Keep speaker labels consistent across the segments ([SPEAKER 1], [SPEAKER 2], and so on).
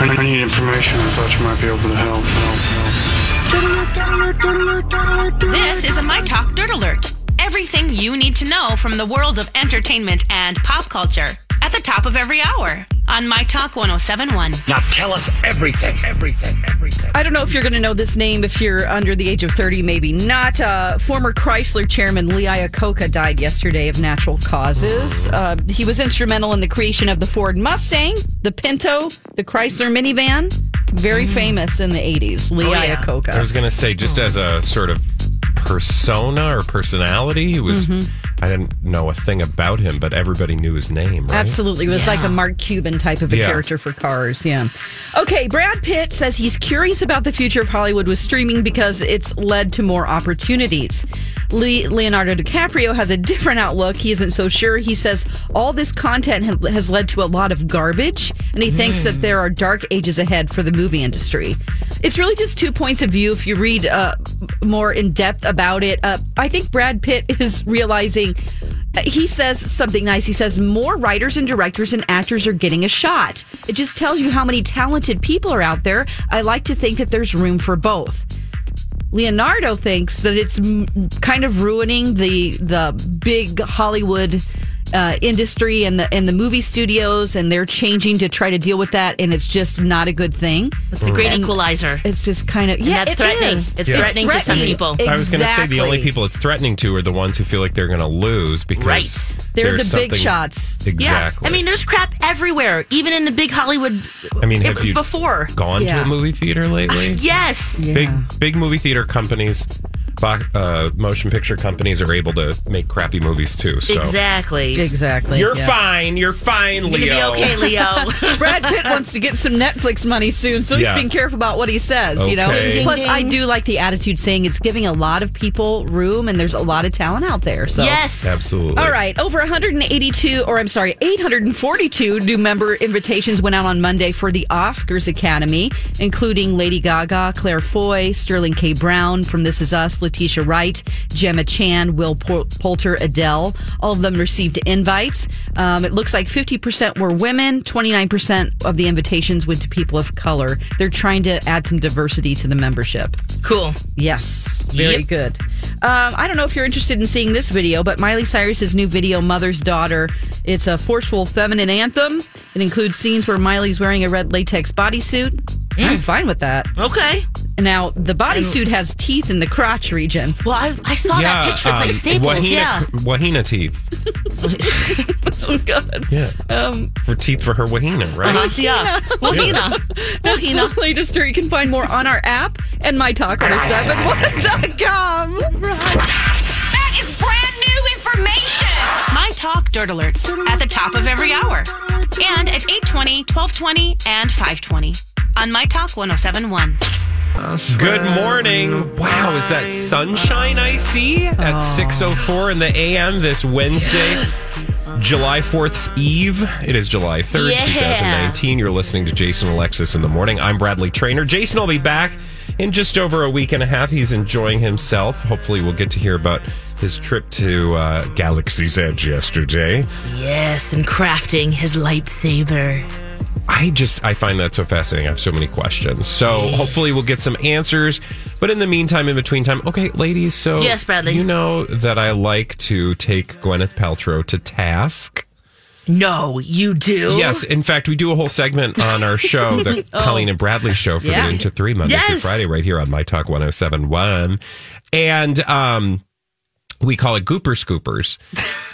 [SPEAKER 1] I need information. I thought you might be able to help.
[SPEAKER 2] This is a My Talk Dirt Alert. Everything you need to know from the world of entertainment and pop culture at the top of every hour on My Talk 1071.
[SPEAKER 3] Now tell us everything, everything, everything.
[SPEAKER 4] I don't know if you're going to know this name if you're under the age of 30, maybe not. Uh, former Chrysler chairman Lee Iacocca died yesterday of natural causes. Uh, he was instrumental in the creation of the Ford Mustang, the Pinto, the Chrysler minivan. Very famous in the 80s, Lee Iacocca.
[SPEAKER 5] I was going to say, just as a sort of persona or personality, he was.
[SPEAKER 2] Mm-hmm.
[SPEAKER 5] I didn't know a thing about him, but everybody knew his name, right?
[SPEAKER 4] Absolutely. It was like a Mark Cuban type of a
[SPEAKER 5] Yeah.
[SPEAKER 4] character for cars. Yeah. Okay. Brad Pitt says he's curious about the future of Hollywood with streaming because it's led to more opportunities. Le- Leonardo DiCaprio has a different outlook. He isn't so sure. He says all this content ha- has led to a lot of garbage, and he thinks
[SPEAKER 5] Hmm.
[SPEAKER 4] that there are dark ages ahead for the movie industry. It's really just two points of view. If you read uh, more in depth about it, uh, I think Brad Pitt is realizing uh, he says something nice. He says more writers and directors and actors are getting a shot. It just tells you how many talented people are out there. I like to think that there's room for both. Leonardo thinks that it's mm, kind of ruining the the big Hollywood uh, industry and the and the movie studios, and they're changing to try to deal with that, and it's just not a good thing.
[SPEAKER 2] It's a great equalizer.
[SPEAKER 4] It's just kind of yeah,
[SPEAKER 2] that's
[SPEAKER 4] it
[SPEAKER 2] threatening.
[SPEAKER 4] is.
[SPEAKER 2] It's threatening to some people.
[SPEAKER 4] Exactly.
[SPEAKER 5] I was going to say the only people it's threatening to are the ones who feel like they're going to lose because
[SPEAKER 2] Right.
[SPEAKER 4] They're
[SPEAKER 5] there's
[SPEAKER 4] the big
[SPEAKER 5] something-
[SPEAKER 4] shots.
[SPEAKER 5] Exactly.
[SPEAKER 2] Yeah. I mean, there's crap everywhere, even in the big Hollywood.
[SPEAKER 5] I mean, have you
[SPEAKER 2] before?
[SPEAKER 5] gone to
[SPEAKER 4] Yeah.
[SPEAKER 5] a movie theater lately?
[SPEAKER 2] Yes.
[SPEAKER 5] Big big movie theater companies, bo- uh, motion picture companies are able to make crappy movies too. So
[SPEAKER 2] Exactly.
[SPEAKER 4] Exactly.
[SPEAKER 5] you're
[SPEAKER 4] yes.
[SPEAKER 5] fine. You're fine,
[SPEAKER 2] You're
[SPEAKER 5] Leo.
[SPEAKER 2] gonna be okay, Leo.
[SPEAKER 4] Brad Pitt wants to get some Netflix money soon, so he's
[SPEAKER 5] Yeah.
[SPEAKER 4] being careful about what he says, you know?
[SPEAKER 5] Okay. Ding, ding,
[SPEAKER 4] Plus, I do like the attitude saying it's giving a lot of people room and there's a lot of talent out there. So
[SPEAKER 2] yes.
[SPEAKER 5] Absolutely.
[SPEAKER 4] All right, over 182, or I'm sorry, 842 new member invitations went out on Monday for the Oscars Academy, including Lady Gaga, Claire Foy, Sterling K. Brown from This Is Us, Letitia Wright, Gemma Chan, Will Pol- Poulter, Adele. All of them received invites. Um, it looks like 50% were women, 29% of the invitations went to people of color. They're trying to add some diversity to the membership.
[SPEAKER 2] Cool.
[SPEAKER 4] Yes, very
[SPEAKER 2] Yep.
[SPEAKER 4] good. Um, I don't know if you're interested in seeing this video, but Miley Cyrus's new video, "Mother's Daughter," it's a forceful feminine anthem. It includes scenes where Miley's wearing a red latex bodysuit. I'm fine with that.
[SPEAKER 2] Okay.
[SPEAKER 4] Now, the bodysuit has teeth in the crotch region.
[SPEAKER 2] Well, I, I saw that picture. It's
[SPEAKER 5] um,
[SPEAKER 2] like Staples.
[SPEAKER 5] Wahina,
[SPEAKER 2] yeah.
[SPEAKER 5] Wahina teeth.
[SPEAKER 4] Sounds good.
[SPEAKER 5] Yeah.
[SPEAKER 2] Um,
[SPEAKER 5] for teeth for her Wahina, right?
[SPEAKER 2] Uh-huh. Yeah. Wahina.
[SPEAKER 4] That's the latest story. You can find more on our app and mytalk1071.com.
[SPEAKER 2] That is brand new information. My Talk Dirt Alerts at the top of every hour and at 820, 1220, and 520 on My Talk 1071.
[SPEAKER 5] Good morning. Wow, is that sunshine I see at 6:04 in the AM this Wednesday? July 4th's Eve. It is July 3rd,
[SPEAKER 2] Yeah.
[SPEAKER 5] 2019. You're listening to Jason Alexis in the morning. I'm Bradley Trainer. Jason will be back in just over a week and a half. He's enjoying himself. Hopefully we'll get to hear about his trip to uh, Galaxy's Edge yesterday.
[SPEAKER 2] Yes, and crafting his lightsaber.
[SPEAKER 5] I just I find that so fascinating. I have so many questions. So hopefully we'll get some answers. But in the meantime, in between time, okay, ladies. So
[SPEAKER 2] Yes, Bradley.
[SPEAKER 5] you know that I like to take Gwyneth Paltrow to task
[SPEAKER 6] No, you do.
[SPEAKER 5] Yes, in fact, we do a whole segment on our show, the Colleen and Bradley show from
[SPEAKER 4] Yeah.
[SPEAKER 5] noon to three, Monday through
[SPEAKER 6] Oh. Yes.
[SPEAKER 5] Friday, right here on My Talk 1071. And um, we call it Gooper Scoopers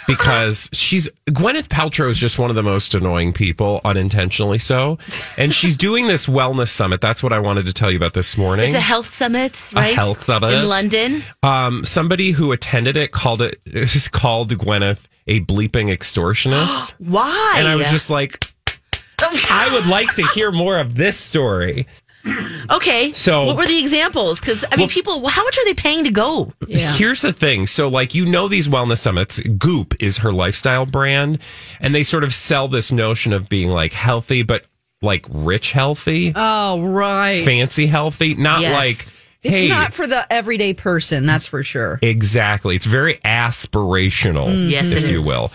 [SPEAKER 5] because she's Gwyneth Paltrow is just one of the most annoying people, unintentionally so. And she's doing this wellness summit. That's what I wanted to tell you about this morning.
[SPEAKER 6] It's a health summit, right?
[SPEAKER 5] health summit.
[SPEAKER 6] in London.
[SPEAKER 5] um, somebody who attended it called it is called Gwyneth a bleeping extortionist.
[SPEAKER 6] Why?
[SPEAKER 5] and I was just like, I would like to hear more of this story.
[SPEAKER 6] okay.
[SPEAKER 5] So-
[SPEAKER 6] what were the examples? Because I mean, people, how much are they paying to go?
[SPEAKER 5] Here's the thing. So, like, you know, these wellness summits, Goop is her lifestyle brand, and they sort of sell this notion of being like healthy, but like rich healthy,
[SPEAKER 4] Oh, right.
[SPEAKER 5] fancy healthy, not
[SPEAKER 6] Yes.
[SPEAKER 5] like,
[SPEAKER 4] It's
[SPEAKER 5] hey,
[SPEAKER 4] not for the everyday person, that's for sure.
[SPEAKER 5] exactly. It's very aspirational,
[SPEAKER 6] Mm, Yes,
[SPEAKER 5] if
[SPEAKER 6] it
[SPEAKER 5] you
[SPEAKER 6] is.
[SPEAKER 5] will.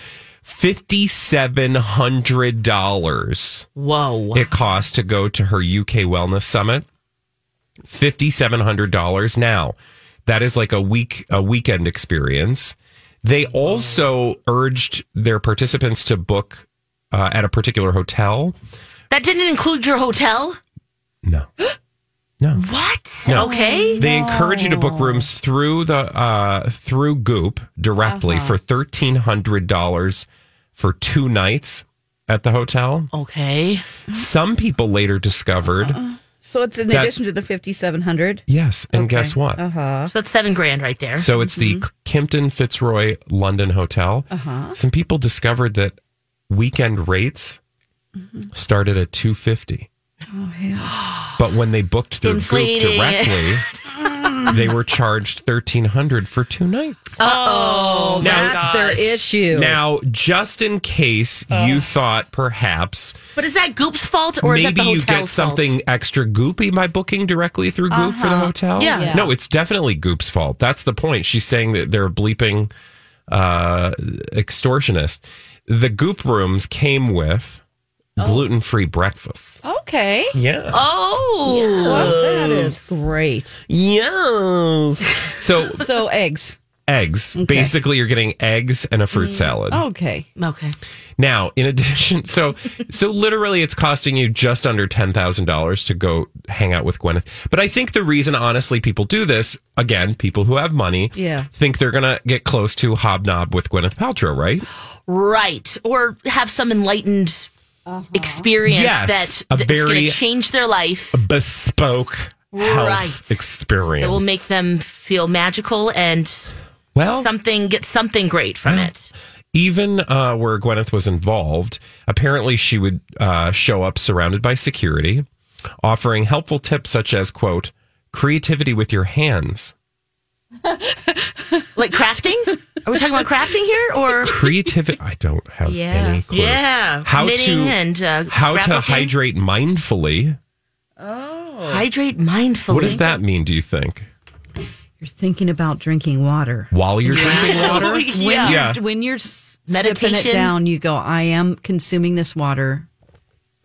[SPEAKER 5] $5,700.
[SPEAKER 6] Whoa.
[SPEAKER 5] it costs to go to her UK Wellness Summit? $5700 now. That is like a week a weekend experience. They also urged their participants to book uh, at a particular hotel.
[SPEAKER 6] that didn't include your hotel?
[SPEAKER 5] No.
[SPEAKER 6] What? Oh,
[SPEAKER 5] No.
[SPEAKER 6] Okay.
[SPEAKER 5] They encourage you to book rooms through the uh, through Goop directly for $1300 for two nights at the hotel.
[SPEAKER 6] Okay.
[SPEAKER 5] Some people later discovered,
[SPEAKER 4] So it's in
[SPEAKER 5] That-
[SPEAKER 4] addition to the 5,700.
[SPEAKER 5] yes, and guess what?
[SPEAKER 4] Uh-huh.
[SPEAKER 6] So that's seven grand right there. Mm-hmm.
[SPEAKER 5] So it's the Kimpton Fitzroy London Hotel.
[SPEAKER 6] Uh-huh.
[SPEAKER 5] Some people discovered that weekend rates
[SPEAKER 6] Mm-hmm.
[SPEAKER 5] started at 250. But when they booked through Goop
[SPEAKER 6] Oh, Inflating
[SPEAKER 5] directly, they were charged 1300 for two nights.
[SPEAKER 6] oh,
[SPEAKER 4] That's
[SPEAKER 6] gosh.
[SPEAKER 4] their issue.
[SPEAKER 5] Now, just in case you thought perhaps
[SPEAKER 6] But is that Goop's fault or is that
[SPEAKER 5] maybe
[SPEAKER 6] the
[SPEAKER 5] you
[SPEAKER 6] hotel's
[SPEAKER 5] get something
[SPEAKER 6] fault? Uh-huh.
[SPEAKER 5] extra goopy by booking directly through Goop for the hotel.
[SPEAKER 6] Yeah. Yeah.
[SPEAKER 5] No, it's definitely Goop's fault. That's the point. She's saying that they're bleeping uh, extortionist. The Goop rooms came with gluten free breakfast.
[SPEAKER 4] okay.
[SPEAKER 5] Yeah.
[SPEAKER 6] Oh.
[SPEAKER 4] That is great.
[SPEAKER 5] Yes. So
[SPEAKER 4] So eggs.
[SPEAKER 5] eggs. Basically, you're getting eggs and a fruit
[SPEAKER 6] Mm.
[SPEAKER 5] salad.
[SPEAKER 4] Okay.
[SPEAKER 6] Okay.
[SPEAKER 5] Now, in addition, so so literally, it's costing you just under ten thousand dollars to go hang out with Gwyneth. But I think the reason, honestly, people do this again, people who have money,
[SPEAKER 4] Yeah.
[SPEAKER 5] think they're gonna get close to hobnob with Gwyneth Paltrow, right?
[SPEAKER 6] Right. Or have some enlightened experience
[SPEAKER 5] Yes, a
[SPEAKER 6] that that's going
[SPEAKER 5] very-
[SPEAKER 6] to change their life.
[SPEAKER 5] Bespoke health
[SPEAKER 6] Right.
[SPEAKER 5] experience
[SPEAKER 6] That will make them feel magical and
[SPEAKER 5] well
[SPEAKER 6] something get something great from
[SPEAKER 5] Yeah.
[SPEAKER 6] it.
[SPEAKER 5] even uh, where Gwyneth was involved, apparently she would uh, show up surrounded by security, offering helpful tips such as quote creativity with your hands.
[SPEAKER 6] Like crafting? Are we talking about crafting here or
[SPEAKER 5] creativity. I don't have any clue.
[SPEAKER 6] Yeah.
[SPEAKER 5] How
[SPEAKER 6] Knitting
[SPEAKER 5] to
[SPEAKER 6] and uh,
[SPEAKER 5] how to
[SPEAKER 6] scrapbooking.
[SPEAKER 5] hydrate mindfully?
[SPEAKER 6] hydrate mindfully.
[SPEAKER 5] What does that mean? Do you think
[SPEAKER 4] You're thinking about drinking water.
[SPEAKER 5] while you're drinking water?
[SPEAKER 6] yeah.
[SPEAKER 5] Yeah.
[SPEAKER 4] You're- When you're s- sipping
[SPEAKER 6] Meditation.
[SPEAKER 4] it down, you go, I am consuming this water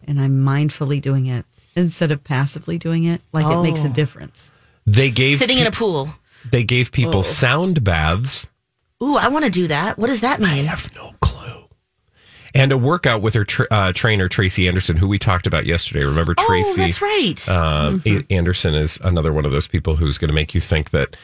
[SPEAKER 4] and I'm mindfully doing it instead of passively doing it. Like it makes a difference.
[SPEAKER 5] They gave
[SPEAKER 6] Sitting in a Oh.
[SPEAKER 5] pe-
[SPEAKER 6] pool.
[SPEAKER 5] they gave people sound baths.
[SPEAKER 6] Ooh, I want to do that. What does that mean?
[SPEAKER 5] have no clue. And a workout with her tra- uh, trainer Tracy Anderson, who we talked about yesterday. Remember Tracy?
[SPEAKER 6] Oh, that's right. Mm-hmm.
[SPEAKER 5] Um, A- Anderson is another one of those people who's going to make you think that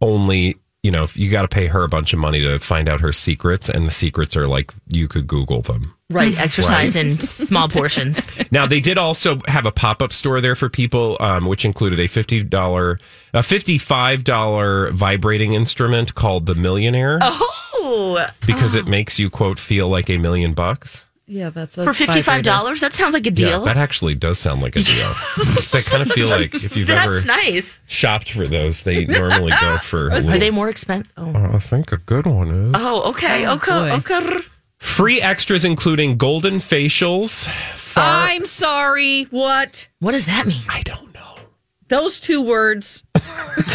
[SPEAKER 5] only you know if you got to pay her a bunch of money to find out her secrets, and the secrets are like you could Google them.
[SPEAKER 6] right, exercise in small portions.
[SPEAKER 5] Now they did also have a pop up store there for people, um, which included a fifty dollar, a fifty five dollar vibrating instrument called the Millionaire
[SPEAKER 6] Oh,
[SPEAKER 5] because it makes you quote feel like a million bucks.
[SPEAKER 4] Yeah, that's
[SPEAKER 6] for fifty-five dollars, that sounds like a deal.
[SPEAKER 5] that actually does sound like a deal. I kind of feel like if you've
[SPEAKER 6] That's
[SPEAKER 5] ever
[SPEAKER 6] nice.
[SPEAKER 5] shopped for those, they normally go for. a
[SPEAKER 6] Are
[SPEAKER 5] little-
[SPEAKER 6] they more expensive? Oh,
[SPEAKER 5] I think a good one is.
[SPEAKER 6] oh okay, okay, okay.
[SPEAKER 5] Free extras including golden facials. Far-
[SPEAKER 4] I'm sorry. What?
[SPEAKER 6] What does that mean?
[SPEAKER 5] I don't know.
[SPEAKER 4] Those two words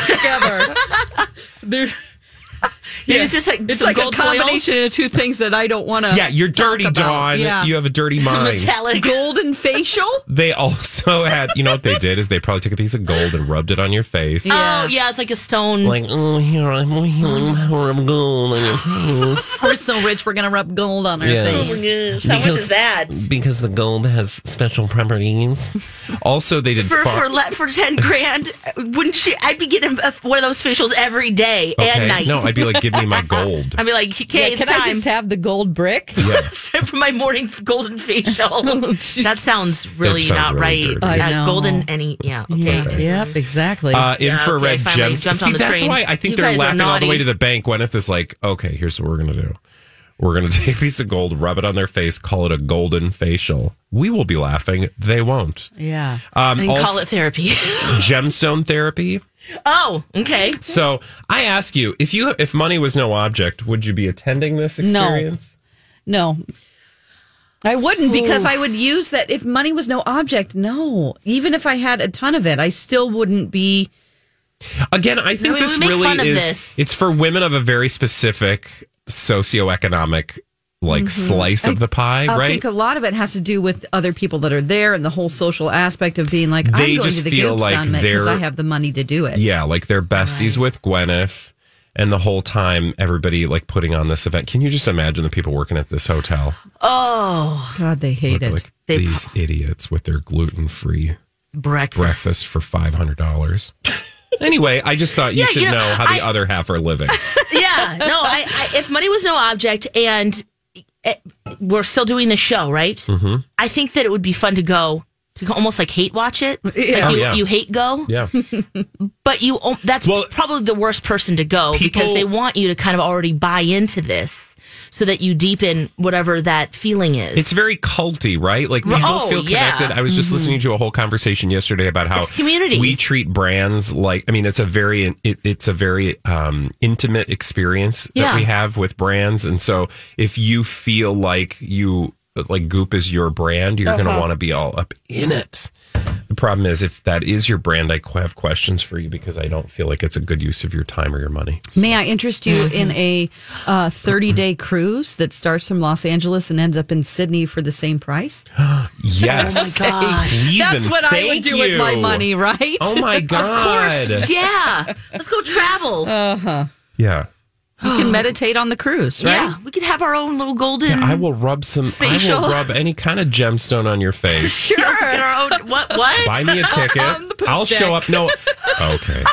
[SPEAKER 4] together. They're-
[SPEAKER 6] Yeah. It's just like
[SPEAKER 4] it's
[SPEAKER 6] some
[SPEAKER 4] like a
[SPEAKER 6] gold foil.
[SPEAKER 4] combination of two things that I don't want to.
[SPEAKER 6] Oh,
[SPEAKER 5] Yeah, you're dirty, Dawn. You have a dirty mind.
[SPEAKER 6] metallic.
[SPEAKER 4] golden facial.
[SPEAKER 5] They also had, you know what they did is they probably took a piece of gold and rubbed it on your face.
[SPEAKER 6] Oh yeah, it's like a stone.
[SPEAKER 5] Like, oh, here I'm healing power of gold on your face.
[SPEAKER 4] We're so rich, we're gonna rub gold on our
[SPEAKER 5] Yeah.
[SPEAKER 4] face.
[SPEAKER 6] Gosh, Oh, how much
[SPEAKER 5] Because-
[SPEAKER 6] is that
[SPEAKER 5] Because the gold has special properties. Also, they did
[SPEAKER 6] for
[SPEAKER 5] far-
[SPEAKER 6] for le- for ten grand? Wouldn't she? I'd be getting a, one of those facials every day and night.
[SPEAKER 5] No, I'd be like, give me my gold.
[SPEAKER 6] I'd be like, okay, it's
[SPEAKER 4] can I
[SPEAKER 6] time.
[SPEAKER 4] just have the gold brick?
[SPEAKER 5] yeah.
[SPEAKER 6] It's time for my morning golden facial. that sounds really
[SPEAKER 5] That sounds
[SPEAKER 6] not
[SPEAKER 5] really
[SPEAKER 6] right.
[SPEAKER 5] dirty.
[SPEAKER 4] I know.
[SPEAKER 6] Golden any yeah. Okay.
[SPEAKER 4] Yep, exactly.
[SPEAKER 5] Uh,
[SPEAKER 6] okay,
[SPEAKER 5] infrared
[SPEAKER 6] finally
[SPEAKER 5] gems.
[SPEAKER 6] jumped on
[SPEAKER 5] See,
[SPEAKER 6] the
[SPEAKER 5] that's
[SPEAKER 6] train.
[SPEAKER 5] why I think
[SPEAKER 6] You
[SPEAKER 5] they're
[SPEAKER 6] guys are
[SPEAKER 5] laughing all the way
[SPEAKER 6] naughty.
[SPEAKER 5] to the bank. Gwyneth is like, okay, here's what we're going to do. We're going to take a piece of gold, rub it on their face, call it a golden facial. We will be laughing. They won't.
[SPEAKER 4] yeah.
[SPEAKER 5] Um,
[SPEAKER 6] And
[SPEAKER 5] also,
[SPEAKER 6] call it therapy.
[SPEAKER 5] gemstone therapy.
[SPEAKER 6] oh, okay.
[SPEAKER 5] So I ask you, if you if money was no object, would you be attending this
[SPEAKER 4] No.
[SPEAKER 5] experience?
[SPEAKER 4] No. I wouldn't because I would use that if money was no object. No. Even if I had a ton of it, I still wouldn't be.
[SPEAKER 5] Again, I think
[SPEAKER 6] we-
[SPEAKER 5] this
[SPEAKER 6] we make fun
[SPEAKER 5] really
[SPEAKER 6] of
[SPEAKER 5] is
[SPEAKER 6] this.
[SPEAKER 5] it's for women of a very specific socioeconomic like slice of the pie,
[SPEAKER 4] Mm-hmm. I
[SPEAKER 5] right?
[SPEAKER 4] think a lot of it has to do with other people that are there and the whole social aspect of being like,
[SPEAKER 5] They
[SPEAKER 4] I'm going
[SPEAKER 5] just
[SPEAKER 4] to the
[SPEAKER 5] feel
[SPEAKER 4] Goop
[SPEAKER 5] like
[SPEAKER 4] Summit because
[SPEAKER 5] they're-
[SPEAKER 4] I have the money to do it.
[SPEAKER 5] Yeah, like they're besties with Gwyneth, and the whole time everybody like putting on this event. Can you just imagine the people working at this hotel?
[SPEAKER 6] Oh,
[SPEAKER 4] God, they hate it.
[SPEAKER 5] Like these idiots with their gluten free
[SPEAKER 6] breakfast.
[SPEAKER 5] breakfast for five hundred dollars. anyway, I just thought you
[SPEAKER 6] Yeah,
[SPEAKER 5] should
[SPEAKER 6] you know,
[SPEAKER 5] know how the
[SPEAKER 6] I-
[SPEAKER 5] other half are living.
[SPEAKER 6] yeah. No, I, I if money was no object and eh, we're still doing the show, right? Mm-hmm. I think that it would be fun to go to almost like hate watch it. Like
[SPEAKER 4] Yeah.
[SPEAKER 6] you,
[SPEAKER 5] Oh, yeah.
[SPEAKER 6] you hate go,
[SPEAKER 5] Yeah.
[SPEAKER 6] but you o- that's
[SPEAKER 5] Well,
[SPEAKER 6] probably the worst person to go because
[SPEAKER 5] people-
[SPEAKER 6] they want you to kind of already buy into this so that you deepen whatever that feeling is.
[SPEAKER 5] It's very culty, right? Like people
[SPEAKER 6] Oh,
[SPEAKER 5] feel
[SPEAKER 6] yeah.
[SPEAKER 5] connected. I was
[SPEAKER 4] Mm-hmm.
[SPEAKER 5] just listening to a whole conversation yesterday about how
[SPEAKER 6] It's community.
[SPEAKER 5] we treat brands like. I mean, it's a very it, it's a very um, intimate experience that
[SPEAKER 6] Yeah.
[SPEAKER 5] we have with brands, and so if you feel like you like Goop is your brand, you're
[SPEAKER 4] Uh-huh.
[SPEAKER 5] going to want to be all up in it. The problem is if that is your brand, I qu- have questions for you because I don't feel like it's a good use of your time or your money.
[SPEAKER 4] May I interest you in a uh, 30 day cruise that starts from Los Angeles and ends up in Sydney for the same price?
[SPEAKER 5] Yes,
[SPEAKER 4] That's
[SPEAKER 5] Reason.
[SPEAKER 4] what I would
[SPEAKER 5] Thank
[SPEAKER 4] do with my
[SPEAKER 5] you.
[SPEAKER 4] money, right?
[SPEAKER 5] Oh my god!
[SPEAKER 6] of course, yeah. Let's go travel.
[SPEAKER 5] Yeah.
[SPEAKER 4] You can meditate on the cruise, right?
[SPEAKER 6] Yeah, we could have our own little golden.
[SPEAKER 5] I will rub some. I
[SPEAKER 6] Facial.
[SPEAKER 5] will rub any kind of gemstone on your face.
[SPEAKER 6] Sure. Get our own. What? What?
[SPEAKER 5] Buy me a ticket.
[SPEAKER 4] On the poop
[SPEAKER 5] I'll show
[SPEAKER 4] deck.
[SPEAKER 5] up. No. Okay.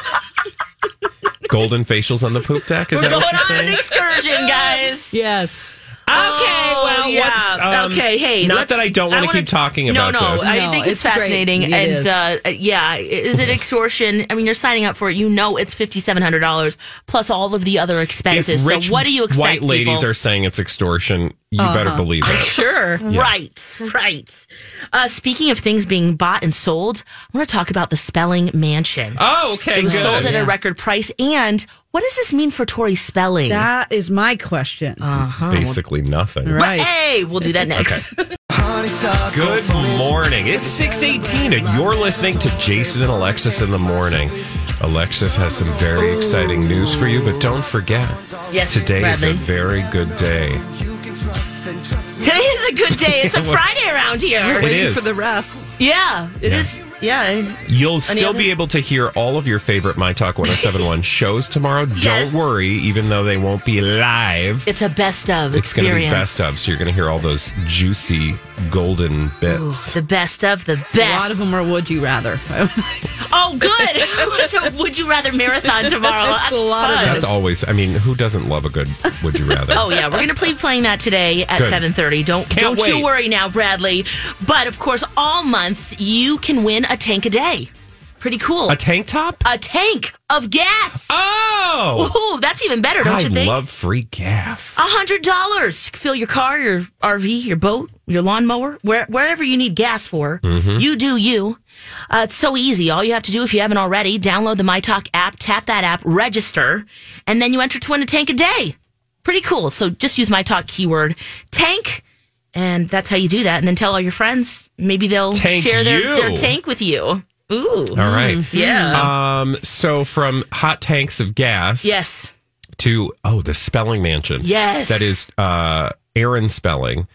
[SPEAKER 5] Golden facials on the poop deck. Is
[SPEAKER 6] We're
[SPEAKER 5] that
[SPEAKER 6] going
[SPEAKER 5] what you're
[SPEAKER 6] on an
[SPEAKER 5] saying?
[SPEAKER 6] excursion, guys.
[SPEAKER 4] Yes.
[SPEAKER 6] Okay, well,
[SPEAKER 5] what's- Oh, um,
[SPEAKER 6] Oh, okay, hey.
[SPEAKER 5] not
[SPEAKER 6] let's-
[SPEAKER 5] that I don't wanna
[SPEAKER 6] wanna-
[SPEAKER 5] keep talking about
[SPEAKER 6] no, no,
[SPEAKER 5] this.
[SPEAKER 6] I
[SPEAKER 4] No,
[SPEAKER 6] think it's,
[SPEAKER 4] it's great.
[SPEAKER 6] fascinating.
[SPEAKER 4] It
[SPEAKER 6] and
[SPEAKER 4] is.
[SPEAKER 6] Uh, yeah, is it extortion? I mean, you're signing up for it. You know it's $5,700 plus all of the other expenses.
[SPEAKER 5] If rich
[SPEAKER 6] so what do you expect?
[SPEAKER 5] White ladies
[SPEAKER 6] people? Uh-huh.
[SPEAKER 5] are saying it's extortion. You better believe it.
[SPEAKER 4] Sure.
[SPEAKER 6] Right, right. Uh, speaking of things being bought and sold, I want to talk about the Spelling Mansion.
[SPEAKER 5] Oh, okay.
[SPEAKER 6] it was sold
[SPEAKER 5] Good.
[SPEAKER 6] at a record price. And what does this mean for Tori Spelling?
[SPEAKER 4] That is my question. Uh-huh.
[SPEAKER 5] Basically nothing.
[SPEAKER 6] But, hey, we'll do that next.
[SPEAKER 5] Good morning. It's 618 and you're listening to Jason and Alexis in the morning. Alexis has some very exciting news for you, but don't forget,
[SPEAKER 6] Yes,
[SPEAKER 5] today is a
[SPEAKER 6] Bradley.
[SPEAKER 5] very good day.
[SPEAKER 6] Today is a good day. It's a Friday around here.
[SPEAKER 5] It is.
[SPEAKER 4] For the rest.
[SPEAKER 6] Yeah, it
[SPEAKER 5] Yeah.
[SPEAKER 6] is. yeah.
[SPEAKER 5] You'll still
[SPEAKER 6] other-
[SPEAKER 5] be able to hear all of your favorite My Talk 1071 shows tomorrow.
[SPEAKER 6] Yes.
[SPEAKER 5] Don't worry, even though they won't be live.
[SPEAKER 6] It's a best of
[SPEAKER 5] It's going to be
[SPEAKER 6] experience.
[SPEAKER 5] best of, so you're going to hear all those juicy golden bits.
[SPEAKER 6] The best of the
[SPEAKER 4] A
[SPEAKER 6] best.
[SPEAKER 4] lot of them are would you rather.
[SPEAKER 6] Oh, good. it's a would you rather marathon tomorrow.
[SPEAKER 4] It's a lot of
[SPEAKER 6] fun.
[SPEAKER 5] That's always, I mean, who doesn't love a good Would You Rather?
[SPEAKER 6] Oh yeah, we're gonna be playing that today at
[SPEAKER 5] Good.
[SPEAKER 6] seven thirty. Don't
[SPEAKER 5] Can't
[SPEAKER 6] don't you
[SPEAKER 5] wait.
[SPEAKER 6] worry now, Bradley. But of course, all month you can win a tank a day. Pretty cool.
[SPEAKER 5] A tank top?
[SPEAKER 6] A tank of gas.
[SPEAKER 5] Oh!
[SPEAKER 6] Ooh, that's even better, don't
[SPEAKER 5] I
[SPEAKER 6] you think? Ah.
[SPEAKER 5] love free gas.
[SPEAKER 6] A hundred dollars. Fill your car, your RV, your boat, your lawnmower, where, wherever you need gas for.
[SPEAKER 5] Mm-hmm.
[SPEAKER 6] You do you. Uh, it's so easy. All you have to do, if you haven't already, download the MyTalk app, tap that app, register, and then you enter to win a tank a day. Pretty cool. So just use MyTalk keyword tank, and that's how you do that. And then tell all your friends. Maybe they'll
[SPEAKER 5] Tank
[SPEAKER 6] share their,
[SPEAKER 5] you.
[SPEAKER 6] their tank with you. Ooh.
[SPEAKER 5] All right.
[SPEAKER 6] Mm,
[SPEAKER 5] Mm-hmm. Uh,
[SPEAKER 6] Yeah.
[SPEAKER 5] Um, so from hot tanks of gas
[SPEAKER 6] yes.
[SPEAKER 5] to oh the Spelling Mansion.
[SPEAKER 6] Yes.
[SPEAKER 5] that is uh, Aaron Spelling.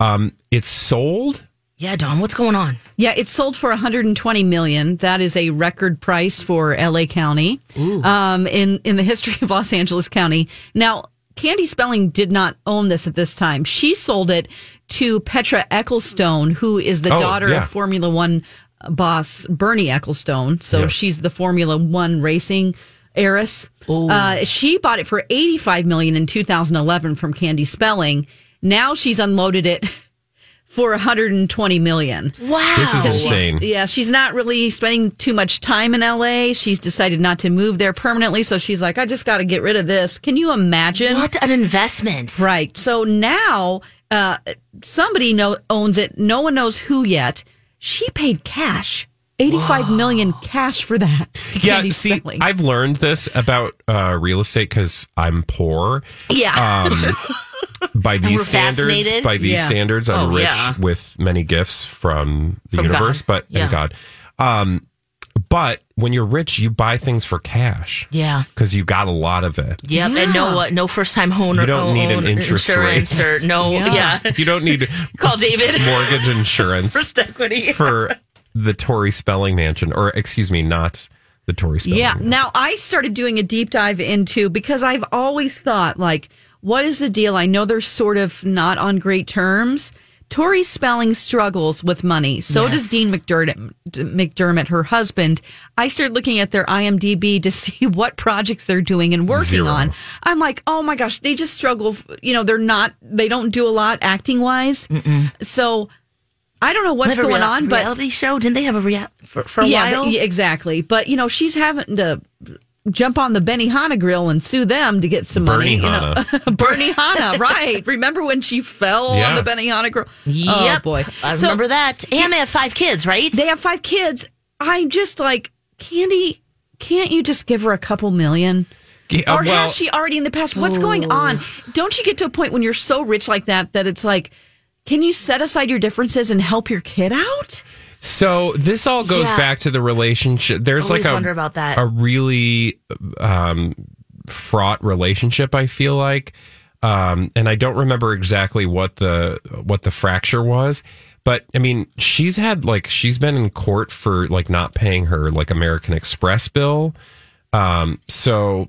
[SPEAKER 5] Um, it's sold.
[SPEAKER 6] Yeah, Don, what's going on?
[SPEAKER 4] Yeah, it's sold for 120 million. That is a record price for LA County um, in in the history of Los Angeles County. Now, Candy Spelling did not own this at this time. She sold it to Petra Ecclestone, who is the
[SPEAKER 5] Oh,
[SPEAKER 4] daughter
[SPEAKER 5] yeah.
[SPEAKER 4] of Formula One boss Bernie Ecclestone. So she's the Formula One racing heiress. Uh, she bought it for 85 million in 2011 from Candy Spelling. Now she's unloaded it for 120 million.
[SPEAKER 6] Wow.
[SPEAKER 5] This is insane.
[SPEAKER 4] Yeah, she's not really spending too much time in LA. She's decided not to move there permanently. So she's like, I just got to get rid of this. Can you imagine?
[SPEAKER 6] What an investment.
[SPEAKER 4] Right. So now uh, somebody know, owns it. No one knows who yet. She paid cash. eighty-five million cash for that. to Candy
[SPEAKER 5] see,
[SPEAKER 4] Spelling.
[SPEAKER 5] I've learned this about uh, real estate because I'm poor.
[SPEAKER 6] Yeah.
[SPEAKER 5] Um, by
[SPEAKER 6] we're
[SPEAKER 5] these standards,
[SPEAKER 6] fascinated?
[SPEAKER 5] by these
[SPEAKER 4] Yeah.
[SPEAKER 5] standards,
[SPEAKER 6] Oh,
[SPEAKER 5] I'm rich
[SPEAKER 6] yeah.
[SPEAKER 5] with many gifts from the
[SPEAKER 6] From
[SPEAKER 5] universe,
[SPEAKER 6] God.
[SPEAKER 5] but
[SPEAKER 6] Yeah.
[SPEAKER 5] and God. Um, but when you're rich, you buy things for cash.
[SPEAKER 6] Yeah.
[SPEAKER 5] because you got a lot of it.
[SPEAKER 6] Yep, and no, uh, no first-time homeowner.
[SPEAKER 5] You don't need an
[SPEAKER 6] own-
[SPEAKER 5] interest
[SPEAKER 6] insurance or no, yeah.
[SPEAKER 5] You don't need
[SPEAKER 6] Call David.
[SPEAKER 5] mortgage insurance
[SPEAKER 6] First equity.
[SPEAKER 5] for the Tory Spelling Mansion, or excuse me, not the Tory Spelling.
[SPEAKER 4] Yeah.
[SPEAKER 5] Mansion.
[SPEAKER 4] Now I started doing a deep dive into because I've always thought like, what is the deal? I know they're sort of not on great terms. Tori Spelling struggles with money. So does Dean McDermott, D- McDermott, her husband. I started looking at their IMDb to see what projects they're doing and working
[SPEAKER 5] Zero.
[SPEAKER 4] on. I'm like, oh my gosh, they just struggle. f- You know, they're not, they don't do a lot acting wise. So I don't know what's
[SPEAKER 6] They have a
[SPEAKER 4] going
[SPEAKER 6] real-
[SPEAKER 4] on, but
[SPEAKER 6] reality show? Didn't they have a rea- for, for a
[SPEAKER 4] yeah,
[SPEAKER 6] while?
[SPEAKER 4] th- yeah, exactly. But you know, she's having to jump on the Benihana grill and sue them to get some
[SPEAKER 5] Bernie
[SPEAKER 4] money.
[SPEAKER 5] Hanna.
[SPEAKER 4] You know, Benihana, right? Remember when she fell on
[SPEAKER 5] Yeah.
[SPEAKER 4] the Benihana grill?
[SPEAKER 6] Yep.
[SPEAKER 4] Oh boy,
[SPEAKER 6] I
[SPEAKER 4] So,
[SPEAKER 6] remember that. And they have five kids, right?
[SPEAKER 4] They have five kids. I'm just like Candy. Can't you just give her a couple million?
[SPEAKER 5] G- uh,
[SPEAKER 4] or
[SPEAKER 5] well,
[SPEAKER 4] has she already in the past? What's
[SPEAKER 6] Oh.
[SPEAKER 4] going on? Don't you get to a point when you're so rich like that that it's like, can you set aside your differences and help your kid out?
[SPEAKER 5] So this all goes
[SPEAKER 6] Yeah.
[SPEAKER 5] back to the relationship. There's
[SPEAKER 6] Always
[SPEAKER 5] like a
[SPEAKER 6] wonder about that.
[SPEAKER 5] a really um, fraught relationship. I feel like, um, and I don't remember exactly what the what the fracture was, but I mean, she's had like she's been in court for like not paying her like American Express bill. Um, so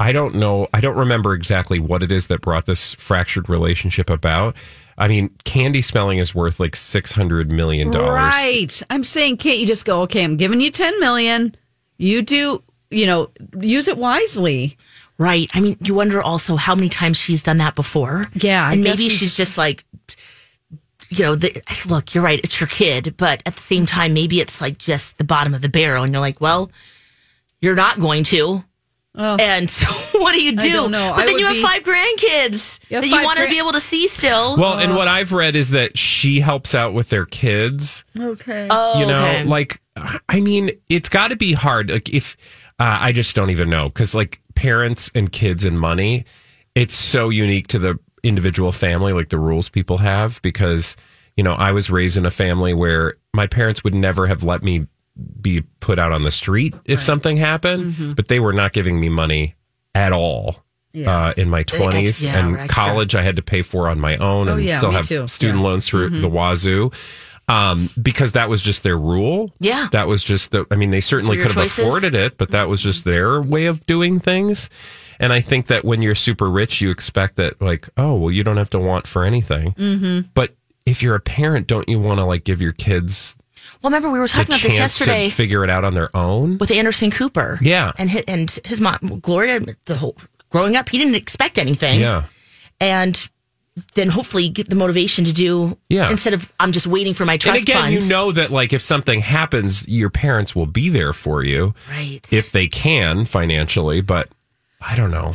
[SPEAKER 5] I don't know. I don't remember exactly what it is that brought this fractured relationship about. I mean, candy spelling is worth like six hundred million dollars.
[SPEAKER 4] Right. I'm saying, can't you just go, okay, I'm giving you 10 million. You do, you know, use it wisely.
[SPEAKER 6] right. I mean, you wonder also how many times she's done that before.
[SPEAKER 4] Yeah, I
[SPEAKER 6] and
[SPEAKER 4] guess
[SPEAKER 6] maybe
[SPEAKER 4] she's-
[SPEAKER 6] she's just like, you know, the, look, you're right. It's your kid, but at the same time, maybe it's like just the bottom of the barrel, and you're like, well, you're not going to. and so, what do you do?
[SPEAKER 4] don't know.
[SPEAKER 6] But
[SPEAKER 4] Oh. I
[SPEAKER 6] then
[SPEAKER 4] would
[SPEAKER 6] you have
[SPEAKER 4] be-
[SPEAKER 6] five grandkids
[SPEAKER 4] Yeah,
[SPEAKER 6] that
[SPEAKER 4] five
[SPEAKER 6] you want
[SPEAKER 4] grand-
[SPEAKER 6] to be able to see still.
[SPEAKER 5] Well, and what I've read is that she helps out with their kids.
[SPEAKER 4] Okay.
[SPEAKER 6] oh,
[SPEAKER 5] You know,
[SPEAKER 6] okay.
[SPEAKER 5] like I mean, it's got to be hard. Like if uh, I just don't even know because like parents and kids and money, it's so unique to the individual family. Like the rules people have because you know I was raised in a family where my parents would never have let me be put out on the street if something happened, but they were not giving me money at all. Uh, in my 20s
[SPEAKER 6] yeah,
[SPEAKER 5] and
[SPEAKER 6] extra.
[SPEAKER 5] college I had to pay for on my own and
[SPEAKER 4] yeah,
[SPEAKER 5] still
[SPEAKER 4] me
[SPEAKER 5] have
[SPEAKER 4] too.
[SPEAKER 5] student loans through
[SPEAKER 6] Mm-hmm.
[SPEAKER 5] the wazoo um, because that was just their rule.
[SPEAKER 6] Yeah.
[SPEAKER 5] That was just the, I mean, they certainly
[SPEAKER 6] your
[SPEAKER 5] could have
[SPEAKER 6] choices? Mm-hmm.
[SPEAKER 5] afforded it, but that was just their way of doing things. And I think that when you're super rich, you expect that, like, oh, well, you don't have to want for anything. Mm-hmm. But if you're a parent, don't you want to, like, give your kids
[SPEAKER 6] well, remember we were
[SPEAKER 5] the
[SPEAKER 6] talking about this
[SPEAKER 5] chance to
[SPEAKER 6] yesterday.
[SPEAKER 5] figure it out on their own?
[SPEAKER 6] with Anderson Cooper.
[SPEAKER 5] Yeah.
[SPEAKER 6] and his, and his mom Gloria. The whole growing up, he didn't expect anything.
[SPEAKER 5] Yeah.
[SPEAKER 6] and then hopefully get the motivation to do.
[SPEAKER 5] Yeah.
[SPEAKER 6] instead of I'm just waiting for my
[SPEAKER 5] And
[SPEAKER 6] trust
[SPEAKER 5] again,
[SPEAKER 6] fund.
[SPEAKER 5] you know that, like, if something happens, your parents will be there for you.
[SPEAKER 6] right?
[SPEAKER 5] if they can financially, but I don't know.